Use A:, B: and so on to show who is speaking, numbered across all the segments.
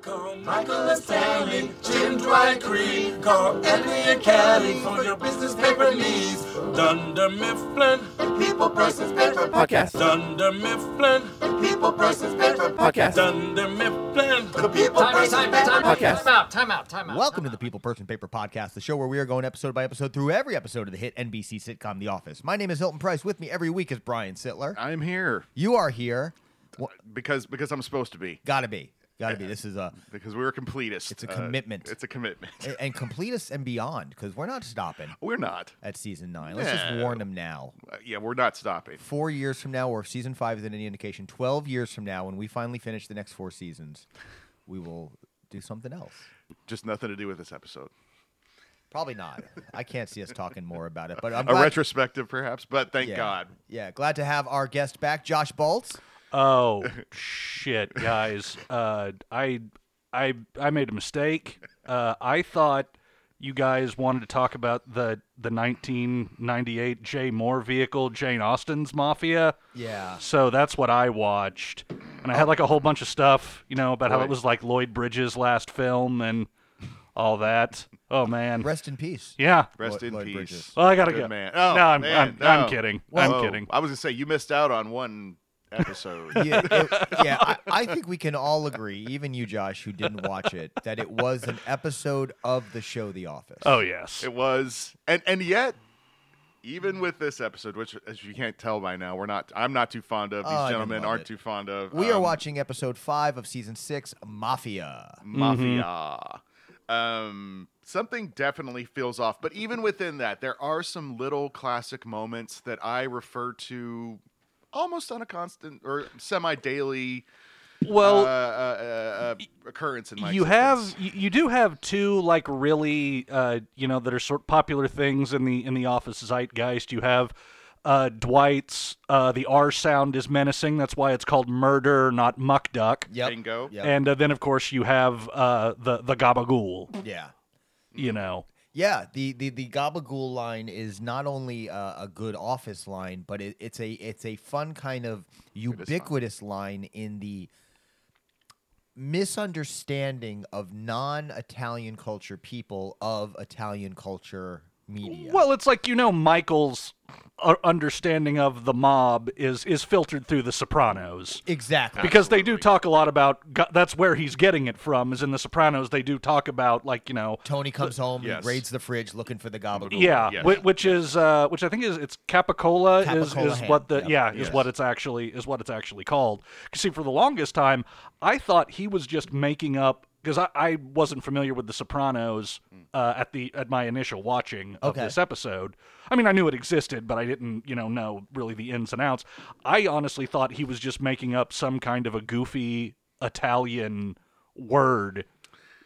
A: Call Michael Stanley, Jim Dwycree. Call Emily and Kelly for your business paper needs. Dunder Mifflin, people persons paper
B: Podcast.
A: Dunder Mifflin, people persons paper
B: Podcast.
A: Dunder Mifflin, the people
C: Time out,
A: persons
C: time
A: paper
C: out, time out,
B: Podcast.
C: time out, time out, time out.
D: Welcome to
C: time
D: the People Person Paper Podcast, the show where we are going episode by episode through every episode of the hit NBC sitcom The Office. My name is Hilton Price. With me every week is Brian Sittler.
E: I'm here
D: You are here. Well,
E: because because I'm supposed to be
D: gotta be. Gotta be. This is a
E: because we're completists.
D: It's a commitment.
E: It's a commitment.
D: and complete us and beyond because we're not stopping
E: We're not.
D: at season nine. Let's just
E: No.
D: warn them now.
E: Uh, yeah, we're not stopping.
D: Four years from now, or if season five is any indication, twelve years from now, when we finally finish the next four seasons, we will do something else.
E: Just nothing to do with this episode.
D: Probably not. I can't see us talking more about it, but I'm
E: a
D: glad-
E: retrospective, perhaps, but thank
D: yeah.
E: God.
D: Yeah, glad to have our guest back, Josh Bolts.
F: Oh shit, guys! Uh, I I I made a mistake. Uh, I thought you guys wanted to talk about the the 1998 Jay Moore vehicle, Jane Austen's Mafia.
D: Yeah.
F: So that's what I watched, and I had like a whole bunch of stuff, you know, about how it
E: Right.
F: was like Lloyd Bridges' last film and all that. Oh man.
D: Rest in peace.
F: yeah.
D: Lloyd-
E: Rest in
D: Lloyd
E: peace.
D: Bridges.
F: Well, I gotta
E: Good
F: go.
E: man. Oh,
F: no, I'm,
E: man,
F: I'm, I'm
E: no.
F: kidding.
E: Whoa.
F: I'm kidding.
E: I was gonna say you missed out on one episode.
D: yeah, it- yeah I, I think we can all agree, even you, Josh, who didn't watch it, that it was an episode of the show The Office.
F: Oh yes.
E: It was, and and yet, even with this episode, which as you can't tell by now, we're not. I'm not too fond of. These
D: Oh, I
E: gentlemen
D: love
E: aren't
D: it.
E: too fond of.
D: we are
E: um,
D: watching episode five of season six, Mafia.
E: mafia.
F: Mm-hmm.
E: Um, something definitely feels off. But even within that, there are some little classic moments that I refer to almost on a constant or semi daily uh,
F: Well,
E: uh, uh, uh, occurrence in my
F: you
E: existence.
F: have you, you do have two like really uh, you know that are sort of popular things in the in the office zeitgeist you have uh, dwight's uh, the r sound is menacing that's why it's called murder not muck duck
D: Yep.
E: Bingo.
D: Yep.
F: and uh, then of course you have uh, the the gabagool
D: Yeah.
F: you know
D: Yeah, the, the, the Gabagool line is not only a, a good office line, but it, it's a it's a fun kind of ubiquitous line in the misunderstanding of non-Italian culture people of Italian culture media.
F: well it's like you know michael's uh, understanding of the mob is is filtered through the sopranos
D: exactly.
F: because they do talk a lot about go- that's where he's getting it from is in the sopranos they do talk about like you know
D: Tony comes home,
E: yes.
D: he raids the fridge looking for the gabagool.
F: Yeah,
E: Yes.
F: whi- which is uh, which I think is it's capicola, is
D: Capicola
F: is
D: ham,
F: what the
D: yep.
F: yeah is
E: Yes.
F: what it's actually is what it's actually called. 'Cause see, for the longest time, I thought he was just making up because I, I wasn't familiar with The Sopranos uh, at the at my initial watching of
D: Okay.
F: this episode. I mean, I knew it existed, but I didn't you know know really the ins and outs. I honestly thought he was just making up some kind of a goofy Italian word.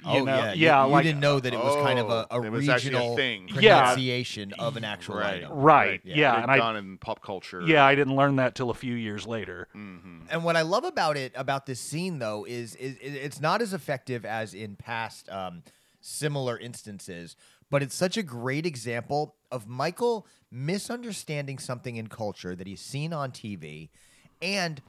F: You
D: Oh
F: know?
D: yeah, you- you,
F: like
D: didn't know that it was kind of a,
E: Oh,
D: a
E: it was actually a
D: regional
E: thing.
F: Yeah.
D: pronunciation of an actual
E: Right.
D: item.
F: right,
D: Yeah.
F: yeah,
E: It had
F: and I
E: gone in pop culture.
F: Yeah, I didn't learn that till a few years later.
E: Mm.
D: And what I love about it about this scene though is, is, is it's not as effective as in past um, similar instances, but it's such a great example of Michael misunderstanding something in culture that he's seen on TV and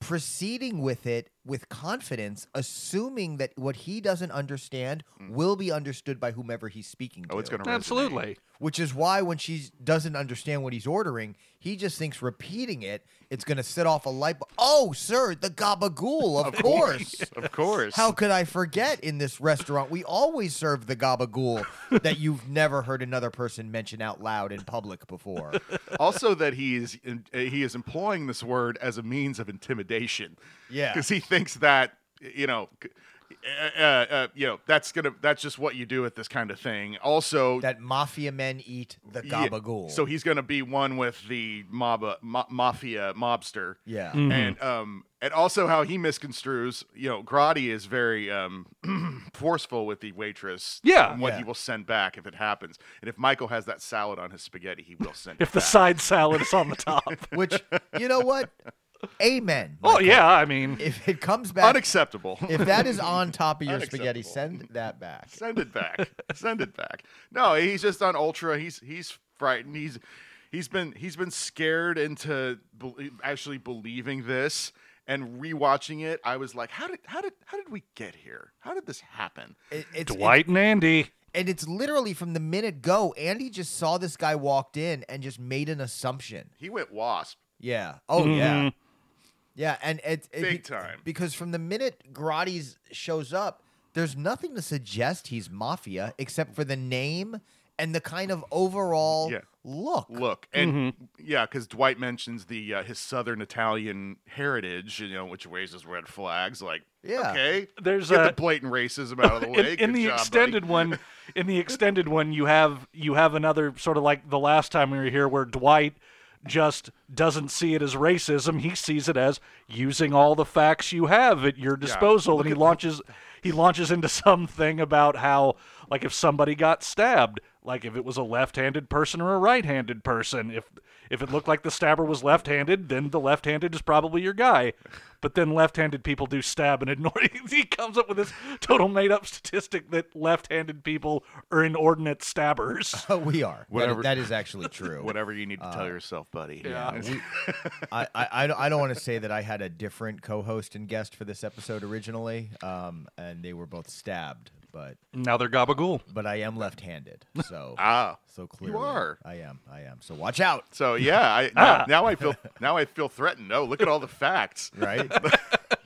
D: proceeding with it with confidence assuming that what he doesn't understand will be understood by whomever he's speaking to
E: Hmm. Oh, it's gonna resonate.
F: Absolutely.
D: which is why when she doesn't understand what he's ordering, he just thinks repeating it, it's going to set off a light bulb. Oh, sir, the gabagool, of course.
E: Of course.
D: How could I forget in this restaurant? We always serve the gabagool that you've never heard another person mention out loud in public before.
E: also that he is in, uh, he is employing this word as a means of intimidation.
D: Yeah.
E: because he thinks that you know. c- Uh, uh, uh, you know that's gonna that's just what you do with this kind of thing. Also,
D: That mafia men eat the
E: yeah,
D: gabagool.
E: so he's gonna be one with the mob ma- mafia mobster.
D: yeah.
F: Mm-hmm.
E: And um and also how he misconstrues, you know, Grotti is very um forceful with the waitress.
F: Yeah.
E: and what
D: Yeah.
E: he will send back if it happens. And if Michael has that salad on his spaghetti, he will send it
F: If the
E: back.
F: side salad is on the top.
D: Which, you know what? Amen.
F: oh
D: Michael.
F: yeah, I mean,
D: If it comes back,
E: unacceptable.
D: if that is on top of your spaghetti,
E: Unacceptable.
D: send that back.
E: Send it back. Send it back. No, he's just on ultra. He's he's frightened. He's he's been he's been scared into bel actually believing this, and rewatching it, I was like, how did how did how did we get here? How did this happen?
D: It- it's, it's-
F: Dwight and Andy.
D: and it's literally from the minute go, Andy just saw this guy walked in and just made an assumption.
E: He went wasp.
D: Yeah. Oh yeah. Yeah, and it's it,
E: Big
D: be-
E: time.
D: because from the minute Grotti's shows up, there's nothing to suggest he's mafia except for the name and the kind of overall
E: Yeah.
D: look.
E: Look, and yeah, because Dwight mentions the uh, his Southern Italian heritage, you know, which raises red flags. Like,
D: Yeah.
E: okay,
F: There's
E: get
F: a-
E: the blatant racism out of the
F: in,
E: way.
F: in
E: Good job,
F: the
E: buddy.
F: extended one in the extended one you have you have another sort of like the last time we were here where dwight just doesn't see it as racism he sees it as using all the facts you have at your disposal and he launches he launches into something about how like if somebody got stabbed like if it was a left-handed person or a right-handed person if if it looked like the stabber was left-handed then the left-handed is probably your guy but then left-handed people do stab and ignore he comes up with this total made-up statistic that left-handed people are inordinate stabbers
D: But we are. That-
E: Whatever.
D: that is actually true.
E: Whatever you need to tell yourself, buddy.
F: yeah.
D: We- I, I, I don't- I don't want to say that I had a different co-host and guest for this episode originally, um, and they were both stabbed, but
F: now they're gabagool
D: but I am left-handed, so
E: Ah,
D: so clearly
E: are.
D: I am. I am. So watch out,
E: So yeah, I,
D: Ah.
E: now, now I feel now I feel threatened. No, look at all the facts.
D: right?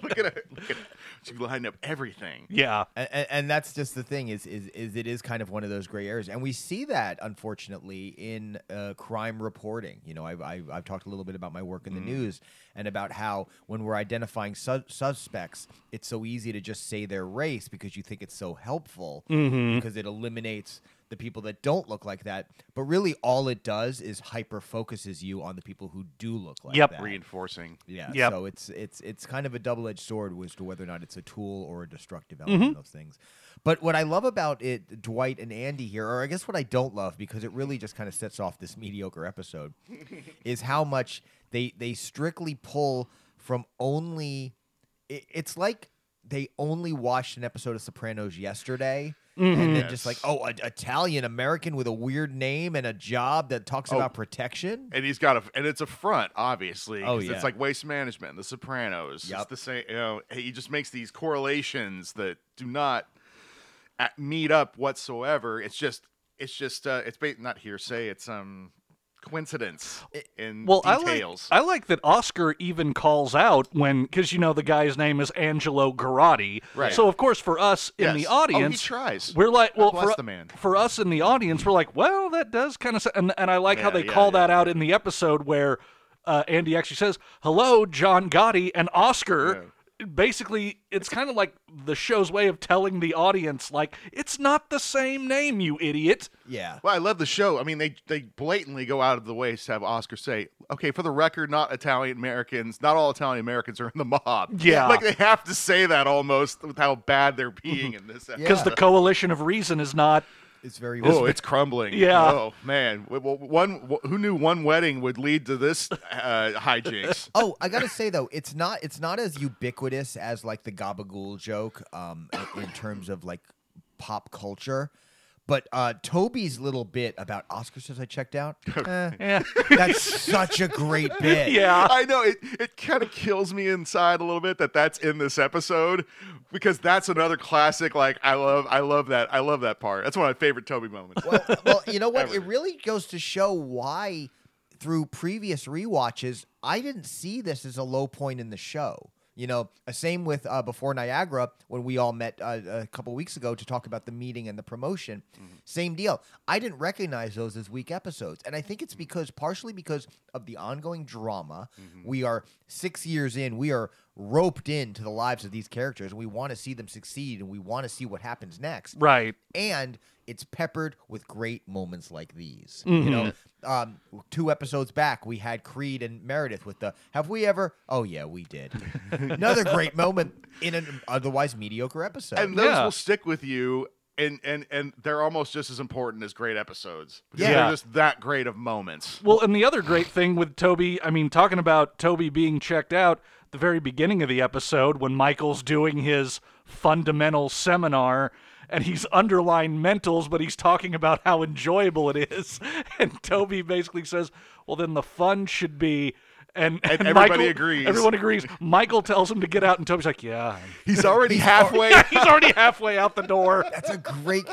E: look at it. Look at it. She lined up everything.
F: yeah
D: and, and, and that's just the thing is, is is it is kind of one of those gray areas and we see that unfortunately in uh, crime reporting you know I've, I've, I've talked a little bit about my work in the news and about how when we're identifying su- suspects it's so easy to just say their race because you think it's so helpful because it eliminates the people that don't look like that but really all it does is hyper focuses you on the people who do look like
F: Yep.
D: that
E: Reinforcing.
D: yeah
F: Yep.
D: so it's it's it's kind of a double-edged sword as to whether or not it's a tool or a destructive element
E: Mm-hmm.
D: of those things but what i love about it dwight and andy here or i guess what i don't love because it really just kind of sets off this mediocre episode is how much they they strictly pull from only it, it's like they only watched an episode of sopranos yesterday and then just like
E: Mm-hmm. Yes.
D: oh an italian american with a weird name and a job that talks
E: Oh.
D: about protection
E: And he's got a, and it's a front, obviously. 'cause
D: Oh, yeah.
E: It's like waste management, The Sopranos. It's
D: Yup.
E: the same. You know, he just makes these correlations that do not at, meet up whatsoever. It's just, it's just, uh, it's ba- not hearsay. It's um coincidence in
F: well
E: details.
F: i like i like that oscar even calls out when because you know the guy's name is angelo garotti
E: Right.
F: so of course for us in
E: Yes.
F: the
E: Oh, he
F: audience
E: tries.
F: we're like well
E: bless
F: for,
E: the man.
F: for us in the audience we're like well that does kind of and, and i like how
E: Yeah,
F: they
E: yeah,
F: call that
E: yeah.
F: out in the episode where uh, andy actually says hello john gotti and oscar Basically, it's kind of like the show's way of telling the audience, like, it's not the same name, you idiot.
D: yeah
E: Well, I love the show. I mean, they they blatantly go out of the way to have Oscar say, "Okay, for the record, not Italian Americans, not all Italian Americans are in the mob."
F: Yeah.
E: like they have to say that almost with how bad they're being in this. episode.
F: Because the coalition of reason is not
D: it's very
E: Oh, it's crumbling.
F: Yeah.
E: Oh man, W- w- one w- who knew one wedding would lead to this uh, hijinks?
D: oh, I gotta say though, it's not it's not as ubiquitous as like the gabagool joke, um, in, in terms of like pop culture. But uh, Toby's little bit about Oscar says I checked out, eh,
F: Yeah.
D: that's such a great bit.
F: yeah.
E: I know it. It kind of kills me inside a little bit that that's in this episode because that's another classic. Like I love, I love that. I love that part. That's one of my favorite Toby moments.
D: well, well, you know what? It really goes to show why, through previous rewatches, I didn't see this as a low point in the show. You know, uh, same with uh, before Niagara when we all met uh, a couple weeks ago to talk about the meeting and the promotion. Same deal. I didn't recognize those as weak episodes, and I think it's because partially because of the ongoing drama. We are six years in. We are roped into the lives of these characters, and we want to see them succeed, and we want to see what happens next
F: Right.
D: and it's peppered with great moments like these. You know, um, two episodes back, we had Creed and Meredith with the "Have we ever?" Oh yeah, we did. Another great moment in an otherwise mediocre episode.
E: and those
F: Yeah.
E: will stick with you and and and they're almost just as important as great episodes because
D: Yeah.
E: they're just that great of moments
F: Well, and the other great thing with Toby, I mean, talking about Toby being checked out, the very beginning of the episode when Michael's doing his fundamental seminar and he's underlined mentals, but he's talking about how enjoyable it is. And Toby basically says, "Well, then the fun should be." And,
E: And
F: and
E: everybody
F: Michael-
E: agrees.
F: Everyone agrees. Michael tells him to get out, and Toby's like, "Yeah."
E: He's already halfway.
F: He's already halfway out the door.
D: That's a great,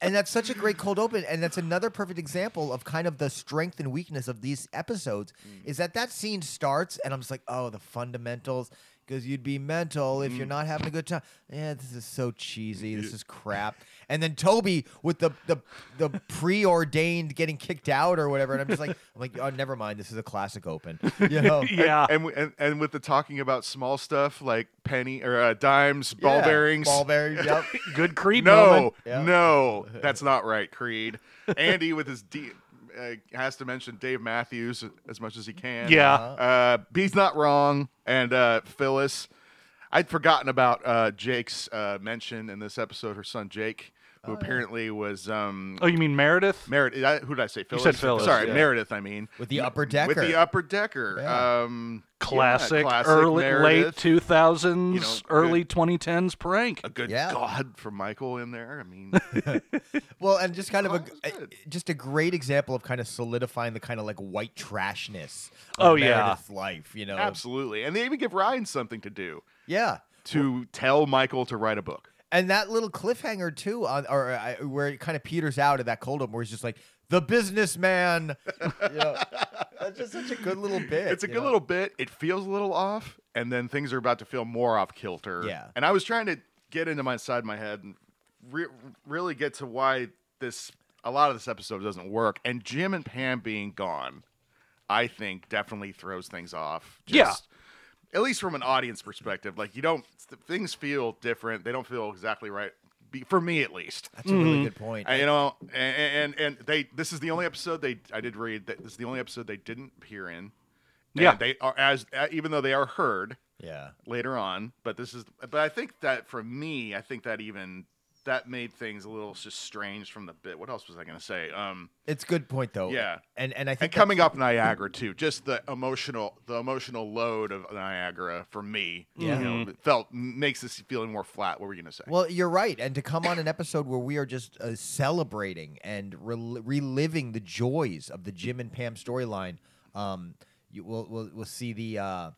D: and that's such a great cold open, and that's another perfect example of kind of the strength and weakness of these episodes.
E: Mm.
D: Is that that scene starts, and I'm just like, oh, the fundamentals, because you'd be mental if you're
E: Mm.
D: not having a good time. Yeah, this is so cheesy. This is crap. And then Toby with the the the preordained getting kicked out or whatever, and I'm just like, I'm like, oh, never mind. This is a classic open. You know?
F: Yeah.
E: And, we- and and with the talking about small stuff like penny or uh, dimes, ball
D: Yeah,
E: bearings.
D: ball bearings. Yep.
F: Good Creed moment.
E: no,
D: Yeah.
E: no, that's not right, Creed. Andy with his D uh, has to mention Dave Matthews as much as he can.
F: Yeah.
D: Uh-huh.
E: Uh, B's not wrong, and uh, Phyllis. I'd forgotten about uh, Jake's uh, mention in this episode. Her son Jake,
D: Oh,
E: who apparently was um,
F: Oh, you mean Meredith?
E: Meredith. I- Who did I say? Phyllis.
F: said Phyllis,
E: Sorry,
F: yeah.
E: Meredith. I mean,
D: With the upper decker.
E: With the upper decker.
D: Yeah.
E: Um, yeah,
F: classic,
E: classic
F: early late
E: Meredith.
F: two thousands,
E: You know, good- Uh,
F: early twenty tens prank.
E: A good
D: Yeah.
E: God for Michael in there. I mean,
D: Well, and just kind of a,
E: Oh, good.
D: a- just a great example of kind of solidifying the kind of like white trashness of
F: Oh, yeah.
D: Meredith's life, you know.
E: absolutely. And they even give Ryan something to do
D: Yeah.
E: to tell Michael to write a book.
D: And that little cliffhanger too on or uh, where it kind of peters out at that cold open where he's just like the businessman. you know, that's just such a good little bit.
E: It's a
D: you
E: good
D: know?
E: little bit. It feels a little off, and then things are about to feel more off kilter.
D: Yeah.
E: And I was trying to get into my side of my head and re- really get to why this a lot of this episode doesn't work. And Jim and Pam being gone, I think definitely throws things off.
F: Yeah.
E: At least from an audience perspective, like you don't things feel different. They don't feel exactly right. Be, for me, at least.
D: That's a
F: Mm-hmm.
D: really good point.
E: I- Uh, you know, and, and and they this is the only episode they I did read that this is the only episode they didn't appear in. And
F: Yeah.
E: they are as uh, even though they are heard
D: yeah.
E: later on, but this is but I think that for me, I think that even that made things a little just strange from the bit. What else was I going to say? Um,
D: It's good point though.
E: Yeah.
D: And and I think
E: and coming up Niagara too, just the emotional the emotional load of Niagara for me,
D: Yeah.
E: you know, it felt makes this feeling more flat. What were you going to say?
D: Well, you're right. And to come on an episode where we are just uh, celebrating and rel- reliving the joys of the Jim and Pam storyline, um, you will we'll, we'll see the uh,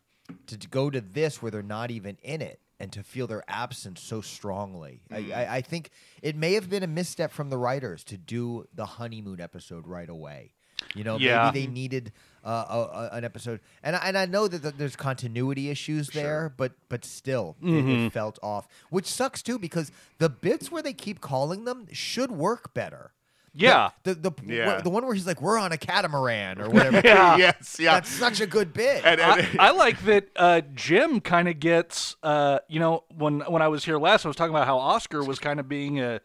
D: to, to go to this where they're not even in it and to feel their absence so strongly. I, I, I think it may have been a misstep from the writers to do the honeymoon episode right away. You know,
F: Yeah.
D: maybe they needed uh, a, a, an episode, and I, and I know that th- there's continuity issues there, but but still, it-
F: Mm-hmm.
D: it, felt off, which sucks too because the bits where they keep calling them should work better.
F: Yeah.
D: the the, the,
E: Yeah.
D: the one where he's like, "We're on a catamaran" or whatever.
F: Yeah.
E: yes, yeah.
D: That's such a good bit.
E: and, and,
F: I, I like that uh, Jim kind of gets, uh, you know, when when I was here last, I was talking about how Oscar was kind of being a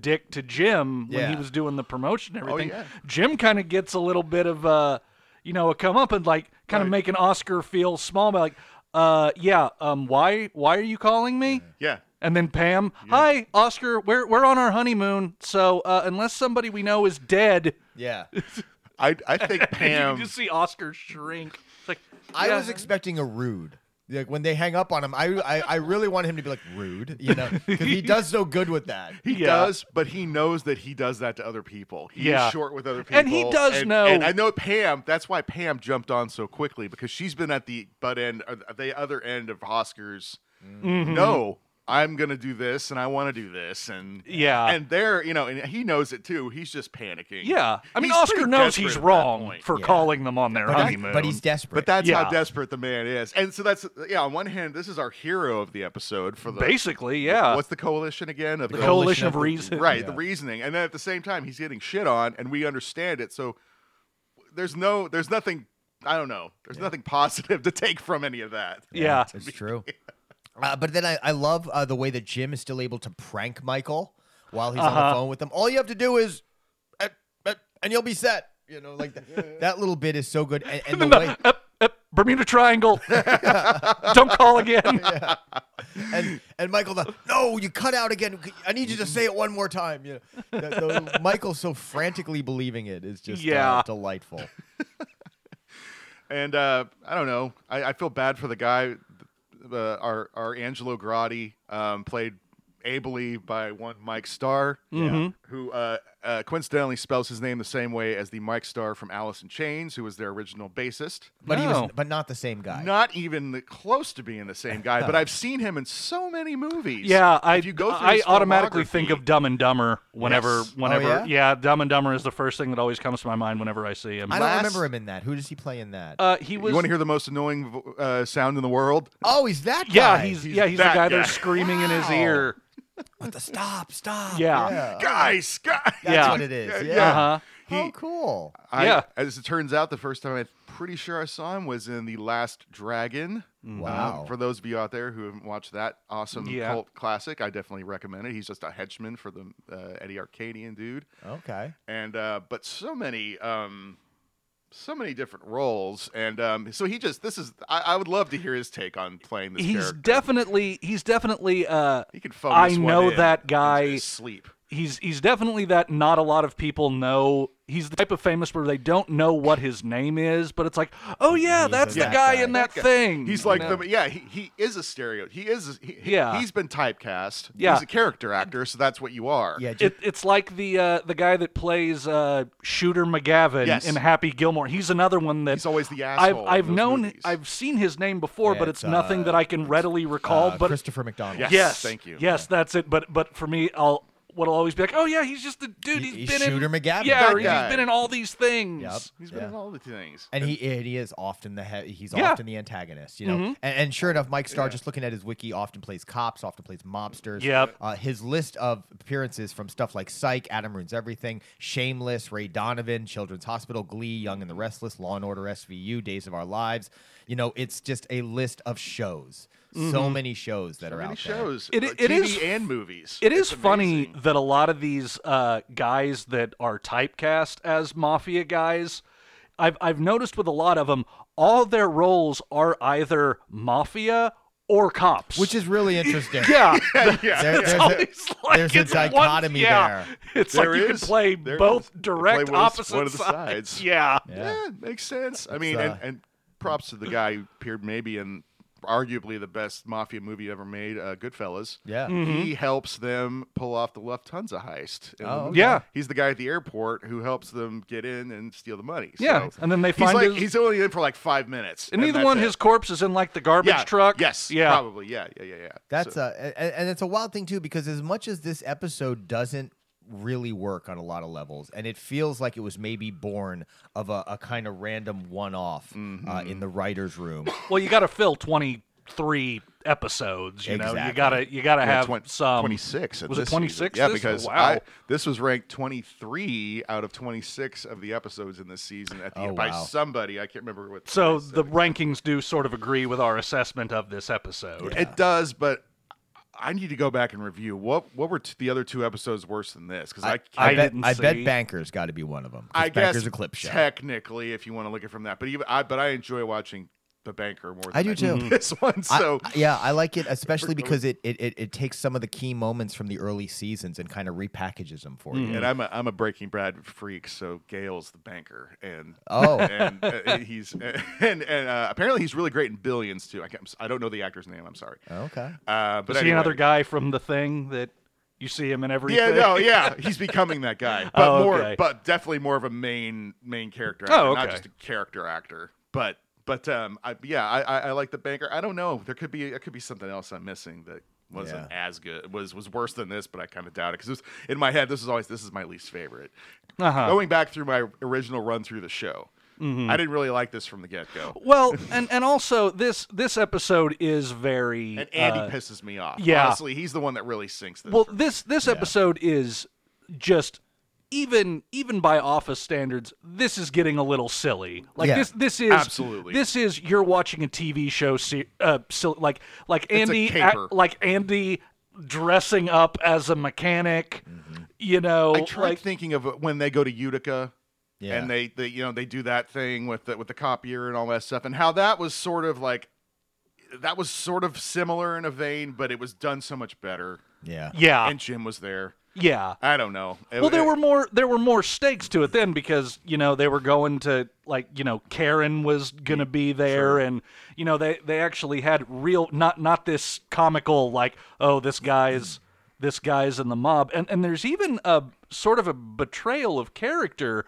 F: dick to Jim when he
D: Yeah.
F: was doing the promotion and everything.
E: Oh, yeah.
F: Jim kind of gets a little bit of, uh, you know, a come up and like kind of making Oscar feel small by like, uh, yeah, um, why why are you calling me?
E: yeah.
F: And then Pam, hi Oscar, we're we're on our honeymoon, so uh, unless somebody we know is dead,
D: yeah,
E: I I think Pam
F: you can just see Oscar shrink. It's like
D: I
F: yeah.
D: was expecting a rude. Like when they hang up on him, I, I, I really want him to be like rude, you know, because he does so good with that.
E: He
F: Yeah.
E: does, but he knows that he does that to other people. He's
F: Yeah.
E: short with other people.
F: And he does
E: and-
F: know-
E: And I know Pam, that's why Pam jumped on so quickly because she's been at the butt end, uh, the other end of Oscar's.
F: Mm-hmm.
E: No, I'm going to do this and I want to do this. And
F: Yeah.
E: And there, you know, and he knows it too. He's just panicking.
F: Yeah, I mean
E: He's
F: Oscar
E: pretty
F: knows
E: desperate
F: he's
E: at that
F: wrong
E: point.
F: for
D: Yeah.
F: calling them on their
D: But, he-
F: honeymoon.
D: but he's desperate.
E: But that's
F: Yeah.
E: how desperate the man is. And so that's, yeah, on one hand, this is our hero of the episode for the.
F: basically, yeah,
E: What's the coalition again? Of
F: the
E: the
F: coalition
D: Coalition
F: of
D: of the-
F: reason.
E: right the
D: Yeah.
E: reasoning and then at the same time he's getting shit on and we understand it so there's no there's nothing i don't know there's nothing positive to take from any of that
F: Yeah.
D: It's true. Uh, but then I, I love uh, the way that Jim is still able to prank Michael while he's on
F: Uh-huh.
D: the phone with him. All you have to do is, eh, eh, and you'll be set. You know, like that, that little bit is so good. And, and the way,
F: Up, up, Bermuda Triangle. Don't call again.
D: and, and Michael, the, no, you cut out again. I need you to say it one more time. You know, the, the, Michael so frantically believing it is just uh,
F: Yeah.
D: delightful.
E: and uh i don't know i, I feel bad for the guy uh, our our angelo grotti um played ably by one Mike Starr, who uh, uh, coincidentally spells his name the same way as the Mike Starr from Alice in Chains, who was their original bassist.
D: But he
F: No.
D: was, but not the same guy.
E: Not even the, close to being the same guy, but I've seen him in so many movies.
F: Yeah,
E: If
F: I
E: you go through
F: I
E: his
F: automatically think
E: filmography-
F: of Dumb and Dumber whenever
E: Yes.
F: whenever
D: Oh, yeah?
F: Dumb and Dumber is the first thing that always comes to my mind whenever I see him.
D: I don't
E: Last-
D: remember him in that. Who does he play in that?
F: uh, he was
E: You want to hear the most annoying vo- uh, sound in the world?
D: oh, he's that
F: yeah,
D: guy.
F: he's, yeah, he's the
E: that
F: guy
E: guy.
F: that's screaming in his
D: Wow.
F: ear.
D: What the stop, stop.
F: Yeah.
E: Guys, guys.
D: That's
F: Uh, Yeah.
D: what it is. Yeah.
F: Uh-huh.
D: Oh,
E: He-
D: cool.
E: I,
F: Yeah.
E: As it turns out, the first time I'm pretty sure I saw him was in The Last Dragon. Uh,
D: Wow.
E: for those of you out there who haven't watched that awesome
F: Mm. Yeah.
E: cult classic, I definitely recommend it. He's just a henchman for the uh, Eddie Arcadian dude.
D: okay.
E: And, uh, but so many. Um, so many different roles, and um, so he just this is. I, I would love to hear his take on playing this
F: He's
E: character.
F: definitely he's definitely uh
E: he can phone.
F: I
E: this one
F: know
E: in
F: that
E: in
F: guy-
E: his sleep.
F: he's he's definitely that not a lot of people know. He's the type of famous where they don't know what his name is, but it's like, oh yeah, that's the
D: that
F: guy,
D: guy.
F: in that, thing.
E: He's
F: you
E: like
F: Mm, know?
E: the yeah. He, he is a stereo. He is. He, he-
F: Yeah.
E: He's been typecast.
F: Yeah.
E: He's a character actor, so that's what you are.
D: Yeah. J-
F: It, it's like the uh, the guy that plays uh, Shooter McGavin
E: Yes.
F: in Happy Gilmore. He's another one that
E: He's always the
F: I've
E: asshole. in
F: I've
E: those
F: known
E: movies.
F: I've seen his name before, but it's
D: It's,
F: nothing
D: uh,
F: that I can readily recall.
D: uh,
F: but
D: Christopher McDonald.
E: Yes.
F: yes,
E: Thank you.
F: Yes, that's it. But but for me, I'll what'll always be like, oh yeah, he's just the dude.
D: He-
F: He's
D: he's
F: been
D: Shooter
F: in
D: McGavin.
F: Yeah,
E: That
F: or he's
E: guy.
F: been in all these things.
D: Yep.
E: He's been
D: Yeah.
E: in all the things.
D: And he and he is often the he- he's
F: Yeah. Mm-hmm.
D: often the antagonist, you know. And, and sure enough, Mike Starr, just looking at his wiki, often plays cops, often plays mobsters.
F: Yep.
D: Uh, his list of appearances from stuff like Psych, Adam Ruins Everything, Shameless, Ray Donovan, Children's Hospital, Glee, Young and the Restless, Law and Order, SVU, Days of Our Lives. You know, it's just a list of shows. So
F: Mm-hmm.
D: many shows that
E: So
D: are
E: many
D: out there.
E: shows.
F: It-
E: uh,
F: it
E: TV
F: is-
E: and movies.
F: It
E: It's
F: is funny
E: amazing.
F: that a lot of these uh, guys that are typecast as mafia guys, I've I've noticed with a lot of them, all their roles are either mafia or cops,
D: Which is really interesting.
F: yeah.
E: yeah.
D: There-
F: It's
D: there's a-
F: always like
D: there's a
F: it's one-
D: dichotomy
F: yeah. It's
E: There
F: like you
E: is.
F: can play
E: There is.
F: both
E: You play
F: direct
E: one of the-
F: opposite
E: one of the
F: sides.
E: sides.
F: Yeah.
E: Yeah, makes sense. I
D: It's,
E: mean,
D: uh,
E: and, and props to the guy who appeared maybe in arguably the best mafia movie ever made, uh, Goodfellas.
D: Yeah.
F: Mm-hmm.
E: He helps them pull off the Lufthansa heist. in the
D: Oh,
E: movie.
D: okay.
F: Yeah.
E: He's the guy at the airport who helps them get in and steal the money.
F: Yeah,
E: So
F: and then they
E: he's
F: find
E: like,
F: his-
E: he's only in for like five minutes.
F: And neither
E: that's
F: one,
E: it.
F: his corpse is in like the garbage
E: yeah,
F: truck.
E: Yes.
F: Yeah.
E: Probably. Yeah. Yeah. Yeah. Yeah.
D: That's
E: So-
D: uh a, a- and it's a wild thing too because as much as this episode doesn't really work on a lot of levels and it feels like it was maybe born of a, a kind of random one-off uh,
E: Mm-hmm.
D: in the writer's room
F: Well, you got to fill twenty three episodes. You know, you
D: Exactly.
F: gotta you gotta
E: Yeah,
F: have
E: twen-
F: some
E: 26. at
F: Was it
E: this
F: 26?
E: season. Yeah,
F: This-
E: because
F: wow.
E: I, this was ranked 23 out of 26 of the episodes in this season at the
D: Oh,
E: by
D: wow.
E: somebody. I can't remember what.
F: So
E: they
F: the
E: said.
F: rankings do sort of agree with our assessment of this episode.
E: it does, but I need to go back and review what what were t- the other two episodes worse than this because I.
D: I,
E: I
D: bet
F: didn't
D: I
F: see.
D: bet Banker's got to be one of them 'cause
E: I
D: Banker's
E: guess
D: a clip show
E: technically, if you want to look at it from that, but even I, but I enjoy watching The Banker more. Than
D: I do too.
E: This one,
D: I-
E: so
D: I- yeah, I like it especially because it, it, it, it takes some of the key moments from the early seasons and kind of repackages them for you.
E: and I'm a I'm a Breaking Bad freak, so Gail's the banker, and
D: Oh,
E: and uh, he's and and uh, apparently he's really great in Billions too. I can't, I don't know the actor's name. I'm sorry.
D: okay.
E: Uh, but
F: See
E: anyway.
F: another guy from the thing that you see him in everything.
E: Yeah, no, yeah, he's becoming that guy, but
F: Oh,
E: more,
F: okay.
E: but definitely more of a main main character. Actor,
F: Oh,
E: not
F: okay.
E: just a character actor, but but um, I, yeah, I, I I like the banker. I don't know. There could be it could be something else I'm missing that wasn't as good was was worse than this, but I kind of doubt it because in my head this is always this is my least favorite.
F: Uh-huh. Mm-hmm.
E: Going back through my original run through the show, I didn't really like this from the get go.
F: Well, and and also this this episode is very
E: And Andy
F: uh,
E: pisses me off.
F: yeah.
E: Honestly, he's the one that really sinks this.
F: well.
E: for me.
F: This this episode is just even even by office standards this is getting a little silly like
D: Yeah.
F: this this is
E: Absolutely.
F: this is you're watching a tv show se- uh sil- like like
E: It's a
F: andy
E: caper.
F: like andy dressing up as a mechanic you know
E: Mm-hmm. I tried
F: like
E: thinking of uh, when they go to Utica.
D: Yeah.
E: And they, they, you know, they do that thing with the, with the copier and all that stuff, and how that was sort of like, that was sort of similar in a vein, but it was done so much better.
D: Yeah.
F: yeah
E: and Jim was there.
F: yeah
E: I don't know. It-
F: Well, there
E: it-
F: were more. There were more stakes to it then because you know they were going to like you know Karen was gonna be there, and you know they they actually had real not not this comical like oh this guy's this guy's in the mob, and and there's even a sort of a betrayal of character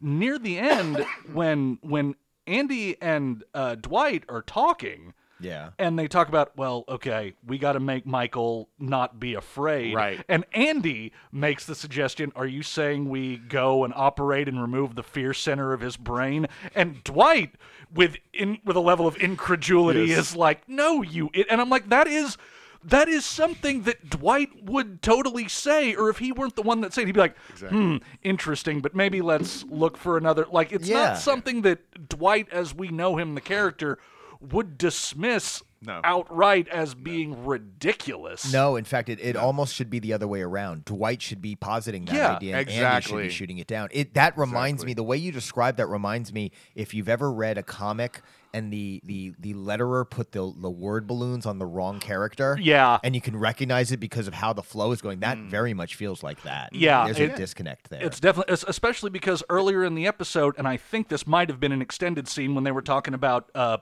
F: near the end when when Andy and uh, Dwight are talking.
D: Yeah.
F: And they talk about, well, okay, we got to make Michael not be afraid.
E: Right.
F: And Andy makes the suggestion Are you saying we go and operate and remove the fear center of his brain? And Dwight, with in, with a level of incredulity,
E: Yes.
F: is like, No, you. It. And I'm like, That is. That is something that Dwight would totally say, or if he weren't the one that said, it, he'd be like, "Hmm, interesting, but maybe let's look for another." Like, it's
D: Yeah.
F: not something that Dwight, as we know him, the character, would dismiss
E: No.
F: outright as being ridiculous.
D: No, in fact, it, it almost should be the other way around. Dwight should be positing that
F: Yeah,
D: idea, and Andy should
E: exactly.
D: be shooting it down. It that reminds
E: Exactly.
D: me the way you describe that reminds me if you've ever read a comic and the the the letterer put the the word balloons on the wrong character,
F: Yeah. Mm.
D: and you can recognize it because of how the flow is going. That very much feels like that.
F: Yeah,
D: there's
F: it-
D: a disconnect there.
F: It's definitely, es- especially because earlier in the episode, and I think this might have been an extended scene when they were talking about uh,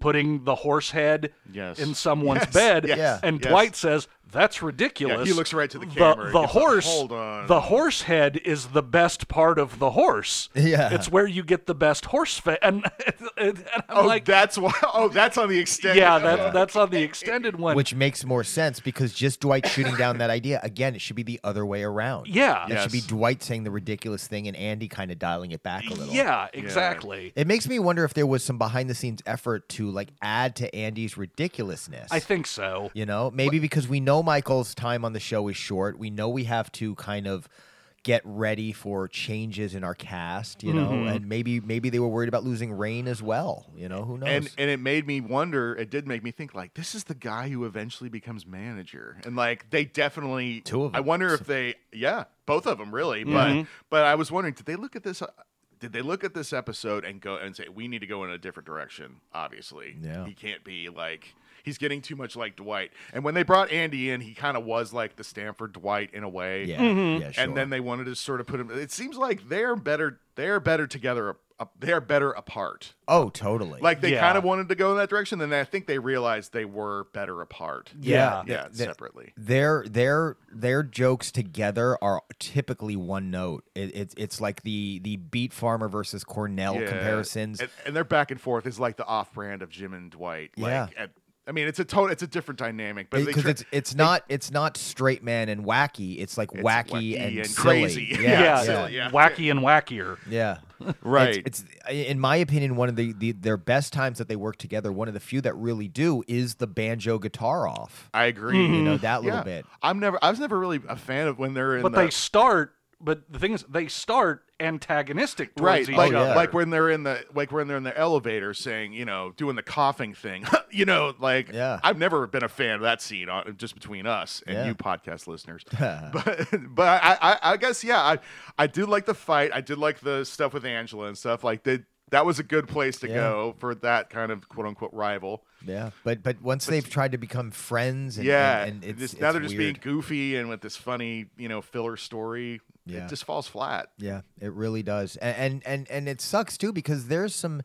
F: putting the horse head
E: Yes.
F: in someone's
E: Yes,
F: bed,
D: yes,
F: and
E: yes.
F: Dwight says that's ridiculous.
E: Yeah, he looks right to the camera. He
F: The,
E: gets like,
F: horse,
E: "Hold on."
F: the horse head is the best part of the horse.
D: Yeah.
F: it's where you get the best horse fa- and, and I'm
E: Oh,
F: like,
E: that's why. Oh, that's on the extended.
F: yeah, that, that's on the extended one.
D: which makes more sense because just Dwight shooting down that idea again. It should be the other way around.
F: Yeah.
D: it should be
E: Yes.
D: Dwight saying the ridiculous thing and Andy kind of dialing it back a little.
F: yeah, exactly.
D: It makes me wonder if there was some behind the scenes effort to like add to Andy's ridiculousness.
F: I think so.
D: you know, maybe because we know Michael's time on the show is short. We know we have to kind of get ready for changes in our cast, you
E: Mm-hmm.
D: know, and maybe maybe they were worried about losing Rain as well, you know, who knows.
E: and and it made me wonder. It did make me think. Like, this is the guy who eventually becomes manager, and like they definitely
D: Two of
E: I
D: them. Mm-hmm.
E: wonder if they, yeah, both of them really. But but I was wondering, did they look at this? Uh, did they look at this episode and go and say we need to go in a different direction? Obviously,
D: Yeah.
E: he can't be like he's getting too much like Dwight. And when they brought Andy in, he kind of was like the Stanford Dwight in a way.
D: yeah. Yeah, sure.
E: and then they wanted to sort of put him. It seems like they're better. They're better together. uh, They're better apart.
D: Oh, totally.
E: Like they
F: Yeah.
E: kind of wanted to go in that direction. Then I think they realized they were better apart.
D: Yeah.
E: yeah,
D: Th- th-
E: separately.
D: their their their jokes together are typically one note. It, it's it's like the the Beat Farmer versus Cornell
E: Yeah.
D: comparisons.
E: and, and their back and forth is like the off-brand of Jim and Dwight. Like,
D: Yeah.
E: at- I mean, it's a total, it's a different dynamic, but they
D: because
E: try-
D: it's it's not it's not straight man and wacky. It's like wacky,
E: wacky
D: and,
E: and
D: silly.
E: crazy.
D: Yeah,
E: Yeah,
D: yeah,
E: silly, yeah.
F: wacky and wackier.
D: yeah.
E: Right.
D: It's, it's in my opinion one of the, the their best times that they work together. One of the few that really do is the banjo guitar off.
E: I agree.
F: Mm-hmm.
D: You know that little
E: Mm. Yeah.
D: bit.
E: I'm never. I was never really a fan of when they're in.
F: But
E: the,
F: they start. But the thing is, they start antagonistic towards
E: right
F: each
E: like,
D: yeah.
F: other.
E: like when they're in the like when they're in the elevator saying you know doing the coughing thing you know like
D: Yeah.
E: i've never been a fan of that scene on, just between us and
D: Yeah.
E: you podcast listeners but but I, I i guess yeah i i did like the fight i did like the stuff with angela and stuff like they, that was a good place to
D: Yeah.
E: go for that kind of quote unquote rival
D: Yeah, but but once they've tried to become friends, and,
E: yeah
D: and, and it's,
E: this-
D: it's
E: now they're just
D: weird.
E: being goofy and with this funny you know filler story
D: Yeah.
E: it just falls flat
D: Yeah, it really does, A- and and and it sucks too because there's some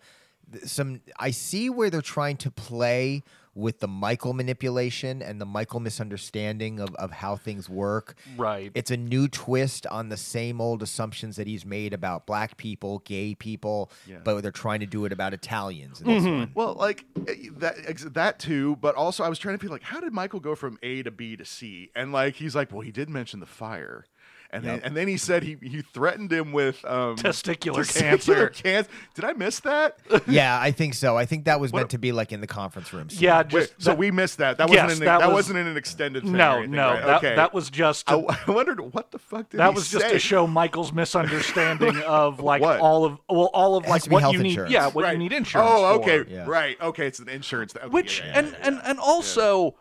D: th- some I see where they're trying to play with the Michael manipulation and the Michael misunderstanding of of how things work.
F: Right.
D: It's a new twist on the same old assumptions that he's made about black people, gay people, but they're trying to do it about Italians in this one.
E: Well, like eh, that ex- that too, but also I was trying to be like, how did Michael go from A to B to C? And like he's like, well, he did mention the fire, and then, and then he said he he threatened him with um,
F: Testicular cancer.
E: cancer. Did I miss that?
D: yeah, I think so. I think that was
E: What-
D: meant to be like in the conference room. scene.
F: yeah, just
E: Wait, so
F: that-
E: we missed that. That
F: Yes,
E: wasn't in,
F: that
E: that,
F: was-
E: wasn't in an extended thing. or
F: no,
E: anything,
F: no,
E: right?
F: that,
E: okay.
F: that was just.
E: I,
F: a-
E: w- I wondered what the fuck did
F: that
E: he
F: was just
E: say?
F: to show Michael's misunderstanding of like
E: What?
F: all of well, all of
D: It has
F: like
D: to be
F: what
D: health
F: you need.
D: insurance.
F: Yeah, what
E: right.
F: you need insurance.
E: Oh,
F: for.
E: okay,
D: Yeah.
E: right, okay. It's an insurance. th- okay,
F: Which
E: yeah, yeah,
F: and,
E: yeah,
F: and and also,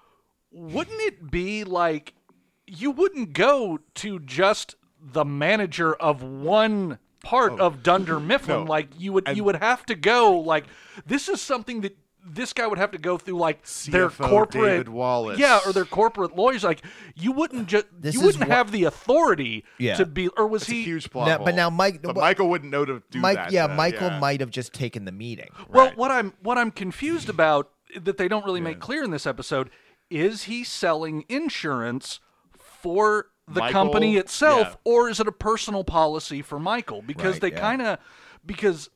F: wouldn't it be like you wouldn't go to just the manager of one part of Dunder Mifflin?
E: Oh. No.
F: Like you would you would have to go like this is something that this guy would have to go through like their
E: CFO
F: corporate
E: David Wallace.
F: yeah, or their corporate lawyers. Like you wouldn't just
D: This
F: you
D: is
F: wouldn't
D: wha-
F: have the authority
D: Yeah.
F: to be or was
E: It's a
F: he
E: huge plot
D: Now- but
E: hole.
D: now Mike-
E: But
D: wha-
E: Michael wouldn't know to do
D: Mike.
E: that.
D: yeah,
E: though,
D: Michael
E: yeah.
D: might have just taken the meeting.
F: Well,
E: Right.
F: what I'm what I'm confused about that they don't really make clear in this episode is he selling insurance for the
E: Michael?
F: company itself
E: Yeah.
F: or is it a personal policy for Michael because
D: Right,
F: they
D: yeah.
F: kind of because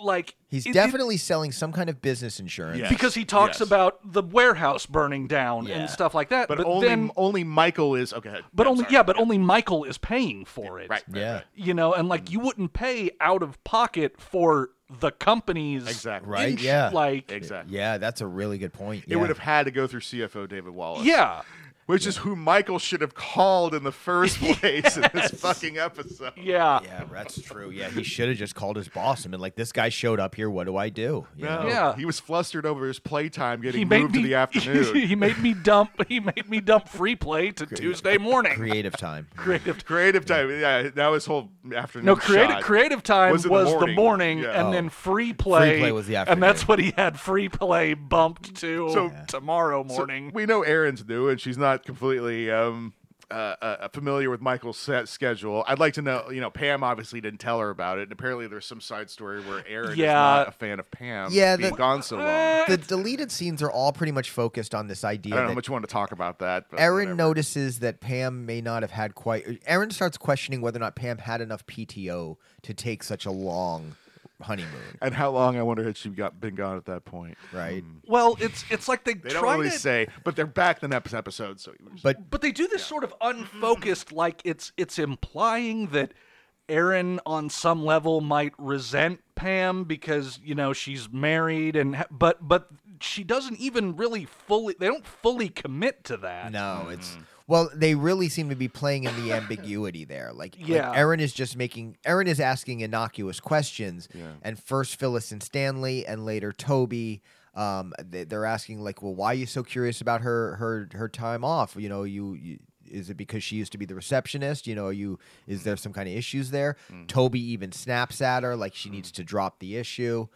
F: like
D: He's
F: it- it-
D: definitely selling some kind of business insurance.
E: Yeah.
F: because he talks
E: Yes.
F: about the warehouse burning down
D: Yeah.
F: and stuff like that
E: But,
F: but,
E: only
F: then
E: only Michael is okay.
F: but
E: I'm
F: only
E: sorry.
F: yeah but only Michael is paying for it
E: right. Mm-hmm.
D: Yeah.
F: you know and like you wouldn't pay out of pocket for the company's
E: Exactly.
D: Right.
F: ins-
D: yeah.
F: like
E: Exactly.
D: Yeah, that's a really good point.
E: It would have had to go through CFO David Wallace.
F: yeah
E: Which is who Michael should have called in the first place in this fucking episode.
F: yeah
D: Yeah, that's true. Yeah, he should have just called his boss and been like, "This guy showed up here. What do I do?" You know?
E: No,
F: Yeah.
E: He was flustered over his playtime getting
F: he made
E: moved
F: me
E: to the afternoon.
F: he made me dump he made me dump free play to Tuesday morning
D: Creative time.
F: creative
E: creative time. Yeah, that was whole afternoon.
F: no creative
E: shot.
F: creative time was,
E: Was in the
F: the
E: morning.
F: morning
E: Yeah.
F: and
D: Oh.
F: then free play,
D: play was the
F: and that's
D: afternoon.
F: what he had free play bumped to
E: So-
F: tomorrow
E: So
F: morning
E: we know Erin's new, and she's not completely um, uh, uh, familiar with Michael's set schedule. I'd like to know, you know, Pam obviously didn't tell her about it, and apparently there's some side story where Erin
F: Yeah.
E: is not a fan of Pam.
D: Yeah,
E: being
D: that-
E: gone so long.
F: Eh,
D: The
E: I
D: deleted scenes are all pretty much focused on this idea
E: don't know
D: that
E: how much you want to talk about that. But
D: Aaron
E: knows.
D: notices that Pam may not have had quite. Aaron starts questioning whether or not Pam had enough PTO to take such a long honeymoon.
E: And how long I wonder had she got been gone at that point?
D: Right.
F: well it's it's like they,
E: They
F: try
E: don't really
F: to
E: say, but they're back the next episode. So
D: But
F: but they do this sort of
D: Mm-hmm.
F: unfocused like it's it's implying that Aaron on some level might resent Pam because you know she's married and ha- but but she doesn't even really fully they don't fully commit to that.
D: no, it's well, they really seem to be playing in the ambiguity there. Like, like
F: Yeah.
D: Aaron is just making. Aaron is asking innocuous questions, and first Phyllis and Stanley, and later Toby. Um, they, they're asking like, well, why are you so curious about her her her time off? You know, you. you is it because she used to be the receptionist? You know, are you is there some kind of issues there? Toby even snaps at her like she needs to drop the issue,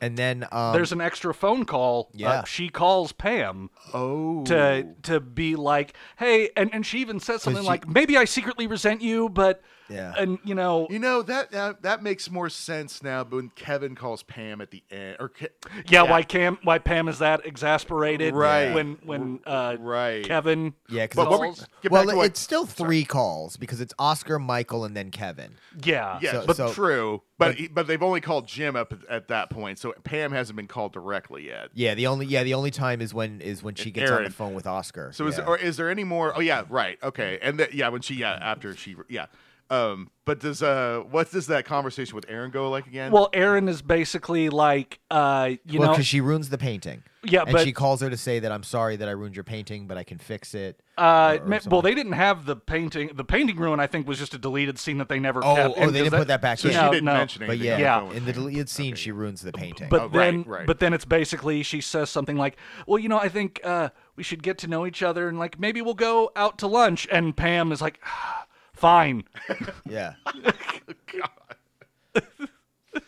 D: and then um,
F: There's an extra phone call. Uh,
D: Yeah.
F: she calls Pam
E: oh,
F: to to be like, "Hey," and, and she even says something
D: she-
F: like, "Maybe I secretly resent you, but
D: Yeah.
F: and you know,
E: You know that uh, that makes more sense now. But when Kevin calls Pam at the end, or Ke-
F: yeah, why Cam why Pam is that exasperated
E: Right.
F: when when uh
E: right?
F: Kevin
D: Yeah, because
E: But what we-
F: calls.
E: get back
D: well,
E: to
D: it-
E: what-
D: it's still three calls because it's Oscar, Michael, and then Kevin.
F: Yeah.
E: Yeah,
D: So-
E: but
D: so-
E: true. Uh, But he- but they've only called Jim up at, at that point, so Pam hasn't been called directly yet.
D: Yeah, the only yeah the only time is when is when she gets on the
E: Aaron.
D: phone with Oscar.
E: So is
D: yeah.
E: or is there any more? Oh yeah, right. Okay, and that yeah, when she yeah after she yeah. Um, but does uh what does that conversation with Aaron go like again?
F: Well, Aaron is basically like uh you
D: well
F: know,
D: because she ruins the painting.
F: Yeah,
D: and
F: but-
D: she calls her to say that I'm sorry that I ruined your painting, but I can fix it. or
F: uh ma- well,
D: something.
F: they didn't have the painting. The painting ruin I think was just a deleted scene that they never
D: Oh, oh,
F: kept. in
D: they
F: 'cause
D: didn't put that back
E: so
D: in.
E: she
F: no,
E: didn't
F: no.
E: mention
D: But
E: anything.
D: yeah,
E: on the
F: Yeah.
E: phone with
D: in the
E: Pam.
D: deleted scene, she ruins the painting.
F: But
E: Oh, right,
F: then,
E: right.
F: but then it's basically she says something like, "Well, you know, I think uh, we should get to know each other, and like maybe we'll go out to lunch." And Pam is like, "Ah, "Fine."
D: yeah,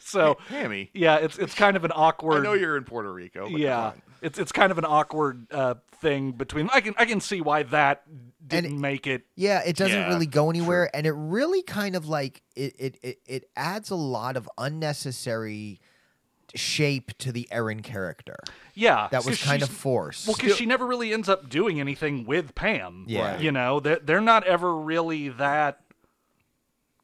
F: So
E: Pammy,
F: yeah, it's it's kind of an awkward.
E: I know you're in Puerto Rico. But
F: yeah,
E: come
F: it's it's kind of an awkward uh, thing between. I can I can see why that didn't
D: it-
F: make it.
D: yeah, it doesn't
E: Yeah,
D: really go anywhere, and it really kind of like it it it, it adds a lot of unnecessary shape to the Erin character
F: Yeah,
D: that was
F: so
D: kind of
F: she's-
D: forced.
F: Well, because she never really ends up doing anything with Pam.
D: Yeah. Right.
F: You know, they're, they're not ever really that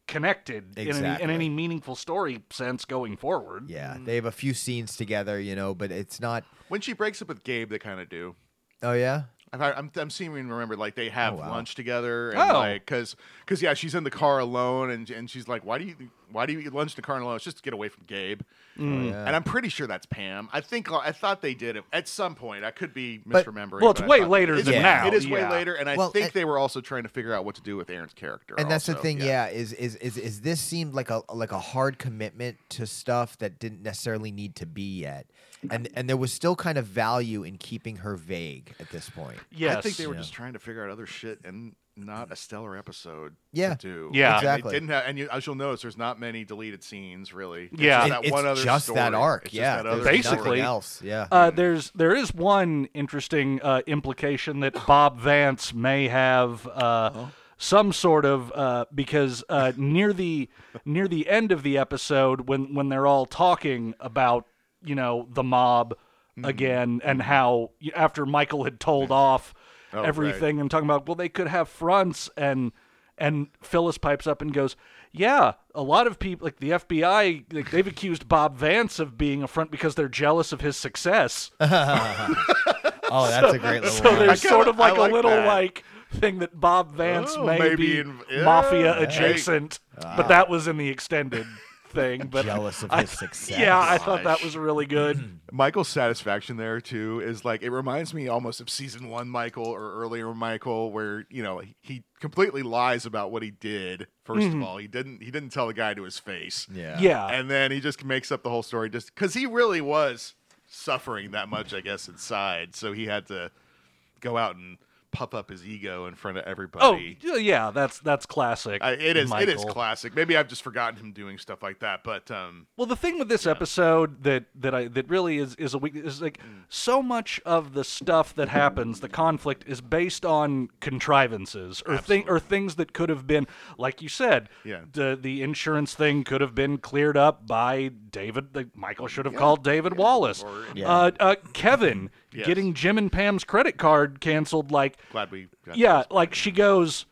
F: connected in, any, in
D: Exactly.
F: any meaningful story sense going forward.
D: Yeah, they have a few scenes together, you know, but it's not.
E: on. When she breaks up with Gabe, they kind of do.
D: Oh yeah,
E: I- I'm, I'm seeing remember like they have
D: Oh, wow.
E: lunch together and
F: Oh.
E: like because because yeah she's in the car alone and and she's like why do you why do you eat lunch in the car alone it's just to get away from Gabe
F: Mm.
D: Oh, yeah.
E: and I'm pretty sure that's Pam I think I thought they did it at some point I could be
D: But-
E: misremembering
F: well, it's
E: but I
F: way
E: thought-
F: later
E: it's-
D: than
F: now,
E: it is way
F: yeah.
E: later and I
D: Well,
E: think
D: and-
E: they were also trying to figure out what to do with Aaron's character
D: and that's the
E: also.
D: thing. Yeah. is is is is this seemed like a like a hard commitment to stuff that didn't necessarily need to be yet, and and there was still kind of value in keeping her vague at this point.
F: Yes.
E: I think they were
D: Yeah.
E: just trying to figure out other shit and not a stellar episode
D: Yeah.
E: to do And
F: Yeah.
E: they
D: Exactly.
E: didn't have and you, as you'll notice there's not many deleted scenes really It's
F: Yeah.
E: just
D: It-
E: that
D: it's
E: one other
D: just that
E: story.
D: arc.
E: It's just
D: yeah,
E: that
D: there's
E: other story.
D: nothing
F: Basically.
D: else. Yeah,
F: Uh, there's there is one interesting uh, implication that Bob Vance may have uh, some sort of uh, because uh, near the near the end of the episode when when they're all talking about you know the mob again and how y- after Michael had told off
E: Oh, right.
F: everything. I'm talking about. Well, they could have fronts and and Phyllis pipes up and goes, "Yeah, a lot of people like the FBI, like they've accused Bob Vance of being a front because they're jealous of his success."
D: Oh, that's a great little.
F: So
D: line.
F: there's
E: I kinda-
F: sort of
E: I
F: like,
E: like
F: a little
E: that.
F: like thing that Bob Vance
E: Oh,
F: may
E: maybe
F: be
E: in- yeah,
F: mafia
E: hey. Ah.
F: adjacent, but that was in the extended thing. But
D: Jealous of
F: I-
D: his success.
F: Yeah, I thought that was really good.
E: Michael's satisfaction there too is like it reminds me almost of season one Michael or earlier Michael, where you know he completely lies about what he did. 1st of
F: Mm-hmm.
E: all, he didn't he didn't tell the guy to his face.
D: yeah.
F: yeah,
E: and then he just makes up the whole story just because he really was suffering that much, I guess, inside. So he had to go out and puff up his ego in front of
F: Oh
E: everybody.
F: y- yeah, that's that's classic.
E: I, it is it is
F: Michael.
E: classic. Maybe I've just forgotten him doing stuff like that, but um,
F: Well, the thing with this episode that that I that really is is a weakness is like
E: Mm.
F: so much of the stuff that happens, the conflict is based on contrivances or thing or things that could have been, like you said,
E: Yeah.
F: the the insurance thing could have been cleared up by David. Like Michael should have called David Wallace.
E: Or-
D: Yeah.
F: Uh, uh, Kevin
E: Yes.
F: getting Jim and Pam's credit card canceled. Like
E: glad we got
F: yeah, like she goes,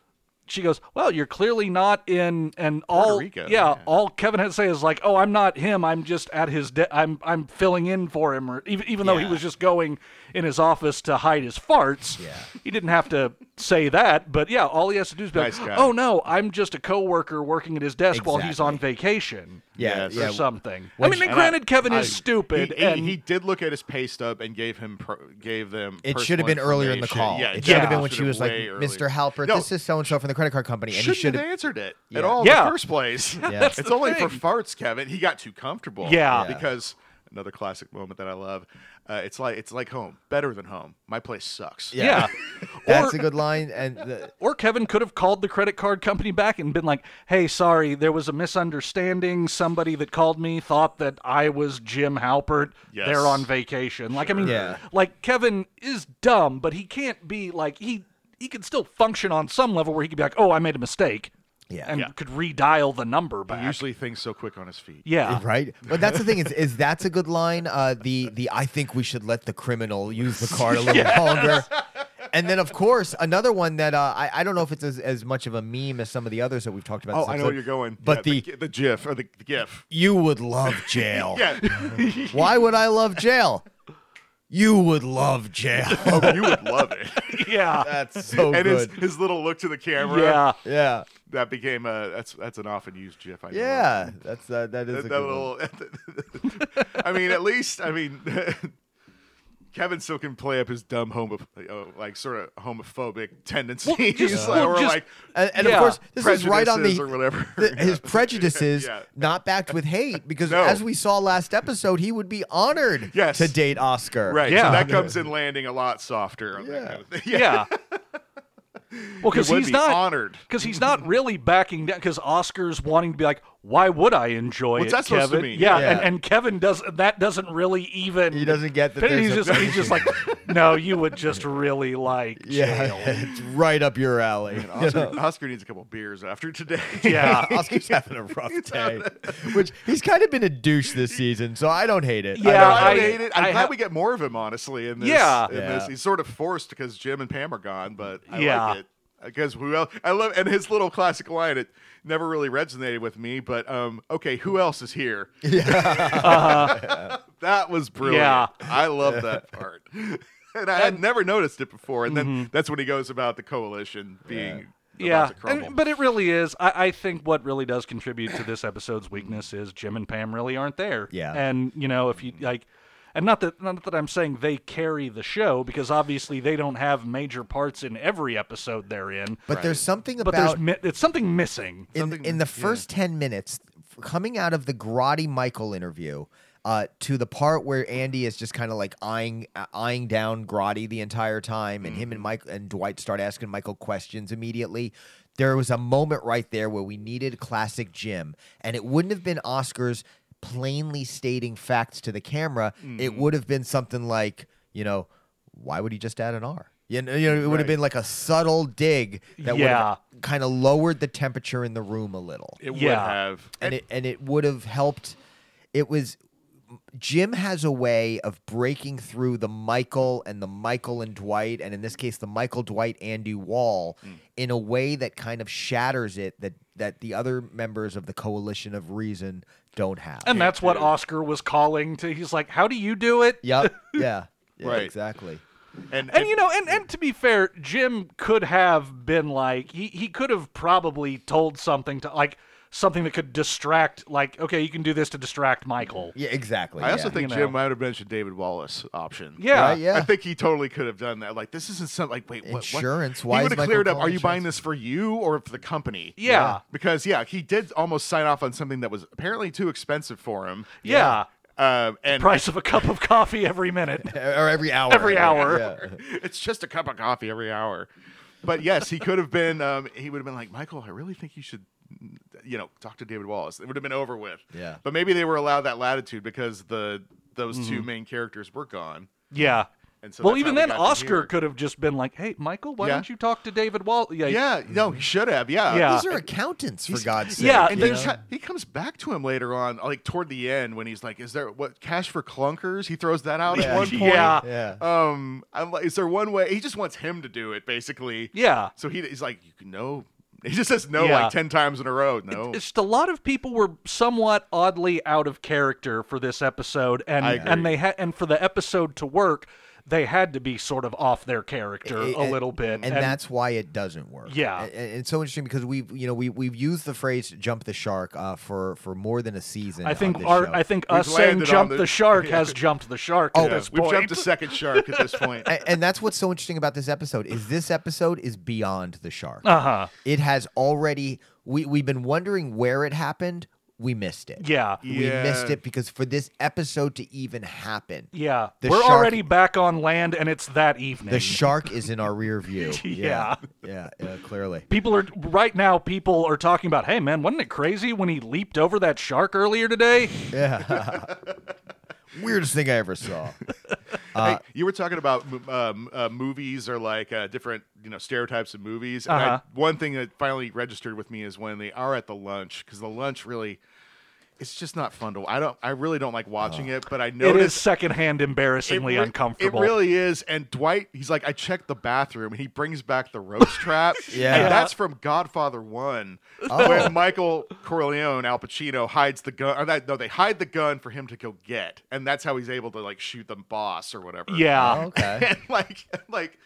F: she goes. Well, you're clearly not in, and all
E: Rico,
F: yeah,
E: yeah.
F: all Kevin had to say is like, oh, I'm not him. I'm just at his. De- I'm I'm filling in for him, or even even though he
D: Yeah.
F: was just going in his office to hide his farts.
D: Yeah.
F: he didn't have to say that, but yeah, all he has to do is be
E: Nice
F: like,
E: guy.
F: oh no, I'm just a coworker working at his desk while he's
D: Exactly.
F: on vacation.
D: Yeah,
E: Yes.
F: Or
D: yeah.
F: something. I
D: Which-
F: mean, and
E: And
F: granted, Kevin
E: I-
F: is stupid.
E: He, he-
F: and
E: he did look at his pay stub and gave him pro, gave them.
D: It
E: personal
D: should have been earlier in the
E: information.
D: call.
E: Yeah,
D: it should have
F: yeah.
D: been when
E: should
D: she
E: have
D: was like,
E: way earlier.
D: "Mr. Halpert,
E: No,
D: this is so and so from the credit card company," and he
E: shouldn't
D: should
E: have
D: have.
E: answered it
D: Yeah.
E: at all in
F: Yeah.
E: the first place.
D: That's
E: it's
F: the
E: only for
F: thing.
E: farts, Kevin. He got too comfortable.
F: Yeah.
D: Yeah.
E: because another classic moment that I love. Uh, it's like it's like home, better than home. My place sucks.
F: yeah.
D: That's
F: Or-
D: a good line, and the,
F: Or Kevin could have called the credit card company back and been like, "Hey, sorry, there was a misunderstanding. Somebody that called me thought that I was Jim Halpert.
E: Yes.
F: They're on vacation." Like, I mean,
D: Yeah.
F: like Kevin is dumb, but he can't be like he he can still function on some level where he could be like, "Oh, I made a mistake,"
D: Yeah.
F: and
E: Yeah.
F: could redial the number
E: He
F: back.
E: usually thinks so quick on his feet.
F: yeah,
D: right? But that's the thing is, is that's a good line. Uh, the the I think we should let the criminal use the card a little longer. And then, of course, another one that uh, I, I don't know if it's as, as much of a meme as some of the others that we've talked about.
E: Oh,
D: this
E: I know
D: episode,
E: where you're going.
D: But
E: Yeah,
D: the Oh.
E: the GIF or the, the GIF.
D: you would love jail.
E: Yeah,
D: Why would I love jail? You would love jail.
E: oh, you would love it.
F: yeah,
D: that's so
E: and his,
D: Oh, good.
E: his little look to the camera.
F: yeah.
D: Yeah,
E: that became a that's that's an often used GIF. I know.
D: yeah. That's uh, that is a good
E: that, that
D: one.
E: little. I mean, at least I mean, Kevin still can play up his dumb homo, uh, like sort of homophobic tendencies,
F: just-
E: like,
F: well,
E: or
F: just-
E: like
D: And, and
F: Yeah.
D: of course, this is right on the
E: prejudices or whatever.
D: the- his prejudices,
E: Yeah.
D: not backed with hate, because
E: No.
D: as we saw last episode, he would be honored
E: Yes.
D: to date Oscar.
E: right.
F: Yeah.
E: so that comes in landing a lot softer. On that kind of thing. Yeah,
F: yeah. Well, because
E: would
F: he's
E: be
F: not
E: honored.
F: Because he's not really backing down. Because Oscar's wanting to be like, "Why would I enjoy
E: What's
F: it?"
E: that supposed to
F: Kevin?
E: mean?
F: Yeah,
D: Yeah.
F: And, and Kevin does that doesn't really even.
D: He doesn't get that.
F: He's
D: there's
F: just
D: a-
F: he's just like, "No, you would just really like
D: yeah,
F: jail."
D: it's right up your alley.
E: Oscar, Oscar needs a couple beers after today.
F: Yeah.
D: Oscar's having a rough day, which he's kind of been a douche this season, so I don't hate it.
F: Yeah,
D: I don't-
E: I,
F: I-
E: hate it. I'm
F: I
E: glad
F: ha-
E: we get more of him, honestly. In this,
F: Yeah.
E: in
D: Yeah.
E: this, he's sort of forced because Jim and Pam are gone, but I
F: Yeah.
E: like it because who else? I love and his little classic line. It never really resonated with me, but um, okay, who else is here? that was brilliant.
F: Uh-huh. Yeah.
E: I love that part. And I had never noticed it before, and then that's when he goes about the coalition being
F: Mm-hmm. yeah,
E: about to crumble.
F: and, but it really is. I, I think what really does contribute to this episode's weakness is Jim and Pam really aren't there.
D: Yeah.
F: and you know if you like, and not that not that I'm saying they carry the show because obviously they don't have major parts in every episode they're in.
D: But there's something
F: but
D: about
F: there's mi- it's something missing.
D: in, in the first 10 minutes f- coming out of the grotty michael interview uh, to the part where andy is just kind of like eyeing uh, eyeing down grotty the entire time and him
F: Mm-hmm.
D: and mike and dwight start asking michael questions immediately there was a moment right there where we needed classic jim and it wouldn't have been oscar's plainly stating facts to the camera
F: Mm-hmm.
D: it would have been something like you know why would he just add an r you know, you know it would have
E: Right.
D: been like a subtle dig that
F: Yeah.
D: would have kind of lowered the temperature in the room a little.
E: it would
F: yeah.
E: have.
D: And it and it would have helped it was Jim has a way of breaking through the Michael and the Michael and Dwight, and in this case, the Michael Dwight Andy wall,
F: Mm.
D: in a way that kind of shatters it that that the other members of the coalition of reason don't have.
F: And that's what Oscar was calling to. He's like, "How do you do it?"
D: yep. Yeah. Yeah,
E: Right.
D: Exactly.
E: And,
F: And you know, and, and to be fair, Jim could have been like he, he could have probably told something to like something that could distract like okay, you can do this to distract Michael.
D: Yeah. Exactly.
E: I also
D: yeah.
E: think
F: You know.
E: Jim might have mentioned David Wallace option.
F: Yeah.
D: Right, yeah.
E: I think he totally could have done that. Like this isn't some like wait what what-
D: Insurance?
E: He
D: Why is
E: would have
D: Michael
E: cleared up.
D: calling
E: Are you buying
D: insurance?
E: this for you or for the company?
F: Yeah. Yeah.
E: because yeah, he did almost sign off on something that was apparently too expensive for him.
F: Yeah.
E: Um, and
F: Price of a cup of coffee every minute.
D: or every hour.
F: Every hour.
D: Yeah.
E: it's just a cup of coffee every hour. But yes, he could have been. Um, he would have been like, Michael, I really think you should, you know, talk to David Wallace. It would have been over with.
D: Yeah.
E: But maybe they were allowed that latitude because the those two
D: Mm-hmm.
E: main characters were gone.
F: Yeah.
E: And so
F: well,
E: that's
F: even
E: how we
F: then,
E: got to
F: Oscar
E: here.
F: could have just been like, "Hey, Michael, why
E: Yeah.
F: don't you talk to David Wall?" Yeah,
E: Yeah. No, he should have. Yeah.
F: Yeah.
D: These are accountants, for God's sake.
F: Uh, yeah,
E: And
F: you
E: then he co- he comes back to him later on, like toward the end, when he's like, "Is there what cash for clunkers?" He throws that out
D: Yeah.
E: at one point.
F: Yeah.
D: Yeah.
E: Um, I'm like, is there one way? He just wants him to do it, basically.
F: yeah.
E: So he, he's like, you can no. He just says no
F: Yeah.
E: like ten times in a row. No.
F: It's just a lot of people were somewhat oddly out of character for this episode, and
E: I agree.
F: and they had and for the episode to work, they had to be sort of off their character
D: A-
F: a
D: and-
F: little bit,
D: and, that's why it doesn't work.
F: Yeah.
D: A- a- and, it's so interesting because we've you know we we've used the phrase "jump the shark" uh, for for more than a season.
F: I
D: on
F: think
D: this
F: our
D: show.
F: I think
E: We've
F: us saying
E: landed on
F: "jump
E: the-
F: the, shark" has jumped the shark at
E: Yeah,
F: this
E: We've
F: point.
E: jumped a second shark at this point.
D: A- and that's what's so interesting about this episode is this episode is beyond the shark.
F: uh huh.
D: It has already we we've been wondering where it happened. We missed it.
F: Yeah.
D: we missed
E: Yeah.
D: it because for this episode to even happen,
F: Yeah.
D: The
F: We're
D: shark-
F: already back on land, and it's that evening.
D: the shark is in our rear view. yeah, yeah, yeah, clearly.
F: People are right now. People are talking about, "Hey, man, wasn't it crazy when he leaped over that shark earlier today?"
D: Yeah. Weirdest thing I ever saw.
F: Uh,
E: Hey, you were talking about mo- um, uh, movies or like uh, different you know stereotypes of movies. And I-
F: Uh-huh.
E: one thing that finally registered with me is when they are at the lunch because the lunch really, it's just not fun to. I don't. I really don't like watching it, but I
F: It is
E: noticed.
F: secondhand embarrassingly
E: re-
F: uncomfortable.
E: It really is. And Dwight, he's like, I checked the bathroom, and he brings back the roast trap.
D: Yeah.
E: and that's from Godfather One,
F: Oh.
E: where Michael Corleone, Al Pacino, hides the gun. Or that, no, they hide the gun for him to go get, and that's how he's able to like shoot the boss or whatever.
F: yeah.
D: Okay.
E: and like, like,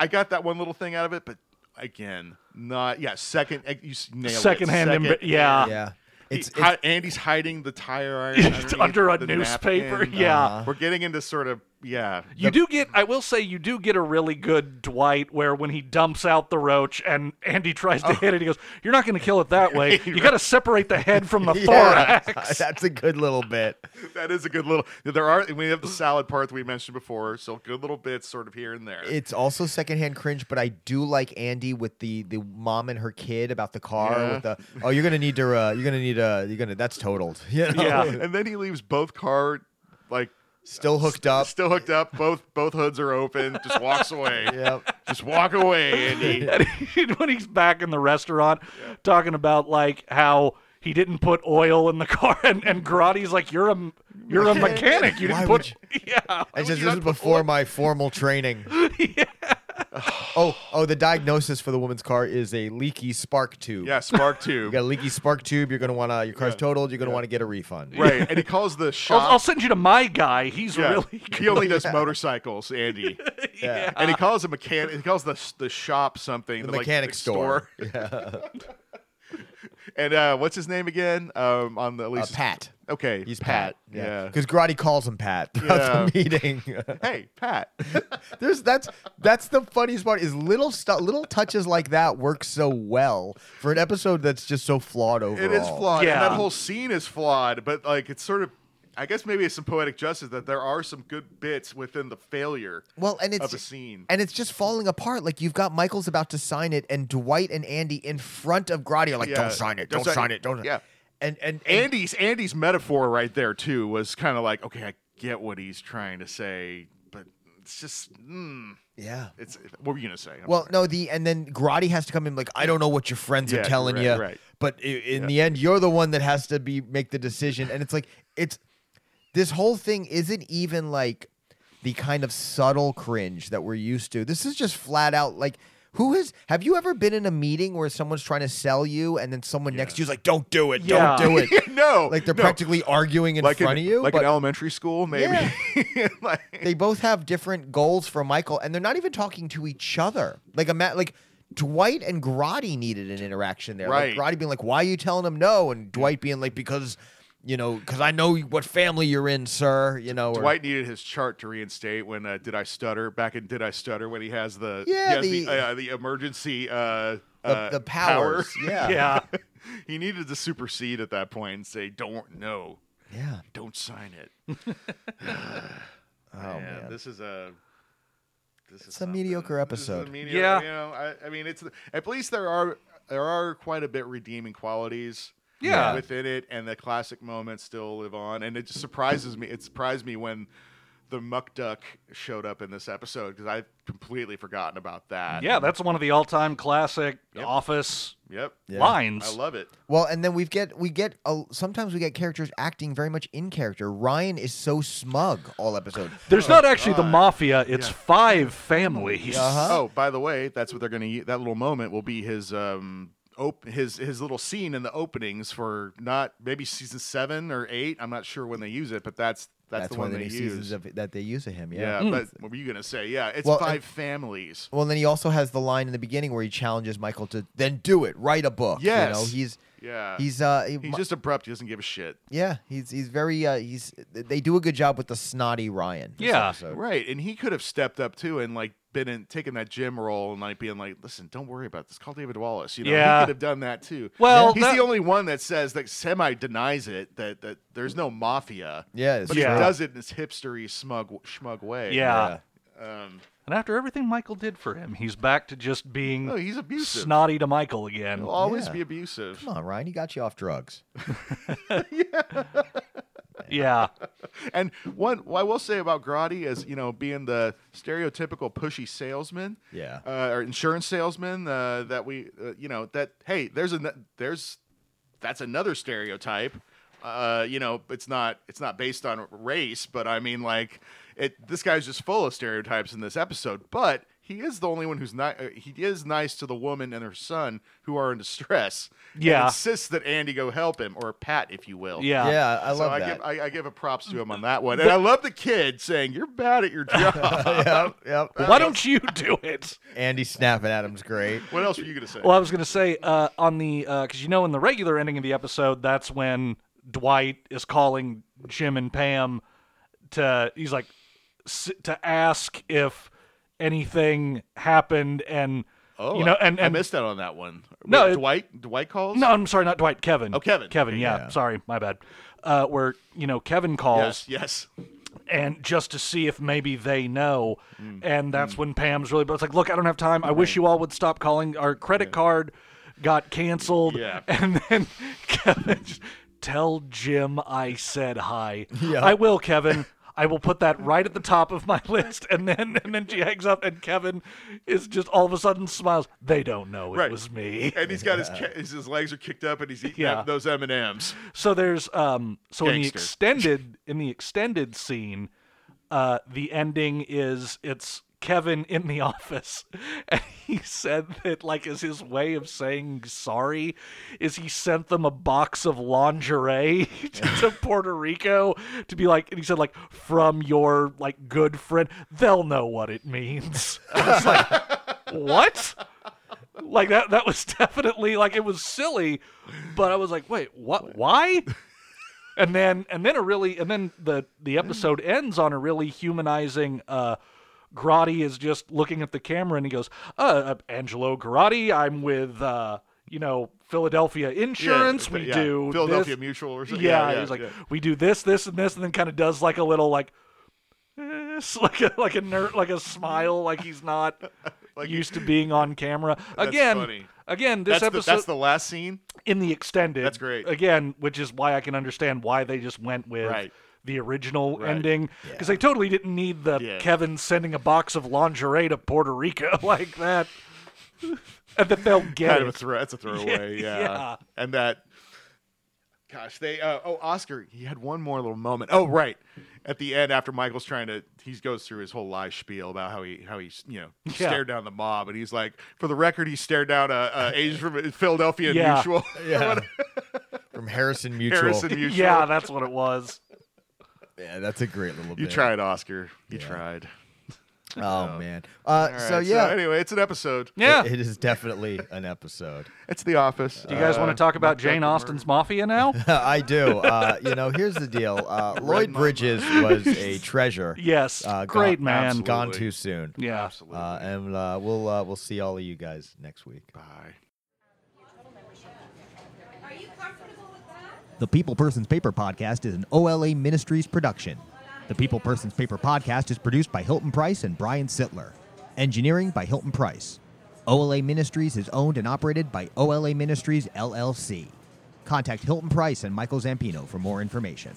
E: I got that one little thing out of it, but again, not yeah. Second, eh, you s- nailed it.
F: Secondhand
E: Second,
F: embar- yeah.
D: Yeah.
E: He-
D: It's,
E: hi- Andy's hiding the tire iron
F: It's
E: underneath
F: under a
E: the
F: newspaper.
E: napkin.
F: Yeah.
D: Uh-huh.
E: We're getting into sort of yeah.
F: You do get, I will say, you do get a really good Dwight where when he dumps out the roach and Andy tries
D: Oh.
F: to hit it, he goes, You're not going to kill it that way. You got to separate the head from the
D: Yeah,
F: thorax.
D: That's a good little bit.
E: That is a good little. There are we have the salad part that we mentioned before, so good little bits sort of here and there.
D: It's also secondhand cringe, but I do like Andy with the the mom and her kid about the car
E: Yeah.
D: with the oh you're gonna need to uh, you're gonna need uh, you're gonna that's totaled you know?
F: Yeah.
E: Uh, and then he leaves both car like
D: still hooked up
E: still hooked up. Both both hoods are open. Just walks away.
D: yep
E: Just walk away, Andy.
F: And when he's back in the restaurant talking about like how he didn't put oil in the car and, and Grotti's like, You're a, you're a mechanic. You
D: Why
F: didn't
D: would
F: put. Yeah.
D: I said this
E: you not
D: was
E: put
D: before my formal training oh oh the diagnosis for the woman's car is a leaky spark tube
E: Yeah, spark
D: you
E: tube.
D: got a leaky spark tube you're gonna wanna your car's totaled you're gonna wanna get a refund
E: Right, and he calls the
F: I'll,
E: shop.
F: I'll send you to my guy. He's
E: Yeah.
F: really good.
E: he only does motorcycles, Andy.
D: yeah.
E: And he calls a mechanic. He calls the the shop something.
D: The
E: like,
D: mechanic store,
E: and uh, what's his name again? Um, on the
D: Uh,
E: Lisa's
D: Pat
E: Okay,
D: he's
E: Pat.
D: Pat,
E: Yeah.
D: because Grotti calls him Pat throughout the meeting
E: Hey, Pat.
D: There's that's that's the funniest part is little stuff, little touches like that work so well for an episode that's just so flawed overall.
E: It is flawed. And
F: Yeah.
E: that whole scene is flawed, but like it's sort of I guess maybe it's some poetic justice that there are some good bits within the failure
D: Well, and it's
E: of a scene.
D: and it's just falling apart. Like you've got Michael's about to sign it, and Dwight and Andy in front of Grotti are like,
E: Yeah.
D: "Don't sign it!
E: Don't
D: Don't,
E: sign
D: sign,
E: it."
D: it! Don't."
E: Yeah.
D: And and and
E: Andy's Andy's metaphor right there too was kind of like, okay, I get what he's trying to say, but it's just mm,
D: yeah.
E: it's what were you gonna say? I'm
D: Well,
E: sorry.
D: no, the and then Grotti has to come in like, I don't know what your friends
E: Yeah,
D: are telling
E: right,
D: you,
E: right.
D: but i- in the end, you're the one that has to be make the decision, and it's like it's this whole thing isn't even like the kind of subtle cringe that we're used to. This is just flat out like who has have you ever been in a meeting where someone's trying to sell you and then someone next to you's like don't do it,
F: Yeah.
D: don't do it.
E: no,
D: Like they're
E: no.
D: practically arguing in
E: like
D: front
E: in,
D: of you.
E: like
D: but
E: in elementary school, maybe. like,
D: they both have different goals for Michael and they're not even talking to each other. Like a ma- like Dwight and Grotty needed an interaction there.
E: Right.
D: Like Grotty being like, "Why are you telling him no?" and Dwight being like, "Because you know, because I know what family you're in, sir." You know, or-
E: Dwight needed his chart to reinstate when uh, did I stutter back in did I stutter when he has the
D: Yeah,
E: he has the
D: the-
E: uh, the emergency uh,
D: the,
E: uh,
D: the powers. Yeah.
F: Yeah.
E: he needed to supersede at that point and say don't no
D: Yeah.
E: don't sign it. oh man, this is a this is
D: a
E: something.
D: mediocre
E: This is a
D: episode.
E: mediocre-
F: Yeah.
E: you know, I, I mean, it's at least there are there are quite a bit redeeming qualities.
F: Yeah.
E: within it, and the classic moments still live on. And it just surprises me. It surprised me when the muck duck showed up in this episode because I've completely forgotten about that.
F: Yeah, that's one of the all-time classic office
E: Yep.
D: Yeah.
F: lines.
E: I love it.
D: Well, and then we get we get a, sometimes we get characters acting very much in character. Ryan is so smug all episode.
F: There's not actually the mafia, it's five families.
D: Uh-huh.
E: Oh, by the way, that's what they're going to use. That little moment will be his um op- his his little scene in the openings for not maybe season 7 or 8. I'm not sure when they use it, but that's that's, the
D: one
E: one
D: of the
E: they
D: new
E: use.
D: seasons of, that they use of him.
E: yeah, but what were you going to say? Yeah, it's
D: Well,
E: five
D: and-
E: families.
D: Well, then he also has the line in the beginning where he challenges Michael to then do it, write a book.
E: Yes.
D: You know, he's
E: Yeah.
D: he's uh he-
E: He's just abrupt. He doesn't give a shit.
D: yeah, he's he's very uh he's they do a good job with the snotty Ryan. this
F: Yeah.
D: episode.
E: Right, and he could have stepped up too and like been in taking that gym role and like being like, "Listen, don't worry about this. Call David Wallace." You know,
F: Yeah.
E: he could have done that too.
F: Well,
E: he's
F: that-
E: the only one that says that semi denies it that that there's no mafia.
D: Yeah, it's
E: but
F: Yeah.
E: he does it in this hipstery smug schmug way.
F: Yeah.
D: Yeah.
E: Um,
F: And after everything Michael did for him, he's back to just being
E: no, Oh, he's abusive. Oh,
F: snotty to Michael again.
E: He'll always
D: Yeah.
E: be abusive.
D: Come on, Ryan, he got you off drugs.
F: Yeah.
E: And one, what I will say about Grotti is, you know, being the stereotypical pushy salesman,
D: Yeah.
E: uh, or insurance salesman, uh, that we, uh, you know, that hey, there's a there's that's another stereotype. Uh, you know, it's not it's not based on race, but I mean, like, it this guy's just full of stereotypes in this episode, but. He is the only one who's not. Uh, he is nice to the woman and her son who are in distress. and
F: Yeah.
E: insists that Andy go help him or Pat, if you will
F: Yeah.
D: yeah, I
E: so
D: love
E: I
D: that.
E: give I, I give a props to him on that one, and I love the kid saying you're bad at your job.
D: yep, yep.
F: Why don't you do it?
D: Andy snapping at him's great.
E: What else were you gonna say?
F: Well, I was going to say uh, on the because you know in the regular ending of the episode, that's when Dwight is calling Jim and Pam to he's like s- to ask if anything happened and you know
E: Oh, I-
F: and, and
E: I missed out on that one.
F: No,
E: Wait,
F: it-
E: Dwight Dwight calls.
F: no I'm sorry not Dwight Kevin
E: Oh, Kevin.
F: Kevin yeah, sorry my bad uh, where you know Kevin calls
E: Yes. Yes.
F: and just to see if maybe they know.
E: Mm,
F: And that's when Pam's really, but it's like, look, I don't have time. I wish you all would stop calling. Our credit card got canceled.
E: Yeah.
F: And then Kevin, just, tell Jim I said hi. I will, Kevin. I will put that right at the top of my list, and then and then she hangs up, and Kevin is just all of a sudden smiles. They don't know it
E: Right.
F: was me.
E: And he's got his ca- his, his legs are kicked up, and he's eating
F: Yeah.
E: that- those M and M's.
F: So there's um so in the
E: Gangster.
F: extended in the extended scene, uh the ending is it's Kevin in the office and he said that like is his way of saying sorry is he sent them a box of lingerie to, to Puerto Rico to be like and he said like from your like good friend they'll know what it means. I was like what? like that that was definitely like it was silly but i was like wait what why and then and then a really and then the the episode ends on a really humanizing uh Grotti is just looking at the camera and he goes, uh, uh Angelo Grotti, I'm with, uh, you know, Philadelphia Insurance. we
E: yeah.
F: do
E: Philadelphia
F: this.
E: Mutual or something.
F: Yeah,
E: yeah,
F: he's like,
E: yeah.
F: we do this, this, and this, and then kind of does like a little like, eh, s- like a like a nerd, like a smile, like he's not
E: Like-
F: used to being on camera. Again,
E: funny.
F: again,
E: That's,
F: this
E: the,
F: episode
E: that's the last scene.
F: in the extended.
E: That's great.
F: Again, which is why I can understand why they just went with
E: Right.
F: the original
E: Right.
F: ending because they totally didn't need the
E: Yeah.
F: Kevin sending a box of lingerie to Puerto Rico like that, and that they'll get
E: Kind of
F: it.
E: a throw. That's a throwaway. yeah.
F: yeah.
E: And that Gosh, they. Uh, oh, Oscar, he had one more little moment. Oh, right, at the end after Michael's trying to, he goes through his whole lie spiel about how he, how he, you know,
F: Yeah.
E: stared down the mob, and he's like, for the record, he stared down a, a Asian from Philadelphia
F: Yeah.
E: Mutual,
D: Yeah. From Harrison Mutual.
E: Harrison Mutual.
F: Yeah, that's what it was.
D: Yeah, that's a great little bit.
E: you tried, Oscar. You
D: Yeah.
E: tried.
D: Oh, man. Uh,
E: All
D: so
E: right,
D: yeah,
E: anyway, it's an episode.
F: Yeah.
D: it- it is definitely an episode.
E: It's The Office. Uh,
F: Do you guys want to talk about Jane
D: Uh,
F: Austen's Mafia now?
D: I do. Uh, you know, here's the deal. Uh, Lloyd
E: my
D: Bridges was a treasure.
F: Yes.
D: Uh,
F: Great
D: gone-
F: man.
E: absolutely.
D: Gone too soon.
F: Yeah.
E: Absolutely.
D: Uh, and uh, we'll uh, we'll see all of you guys next week.
E: Bye.
D: The People Persons Paper Podcast is an OLA Ministries production. The People Persons Paper Podcast is produced by Hilton Price and Brian Sittler. Engineering by Hilton Price. OLA Ministries is owned and operated by OLA Ministries LLC. Contact Hilton Price and Michael Zampino for more information.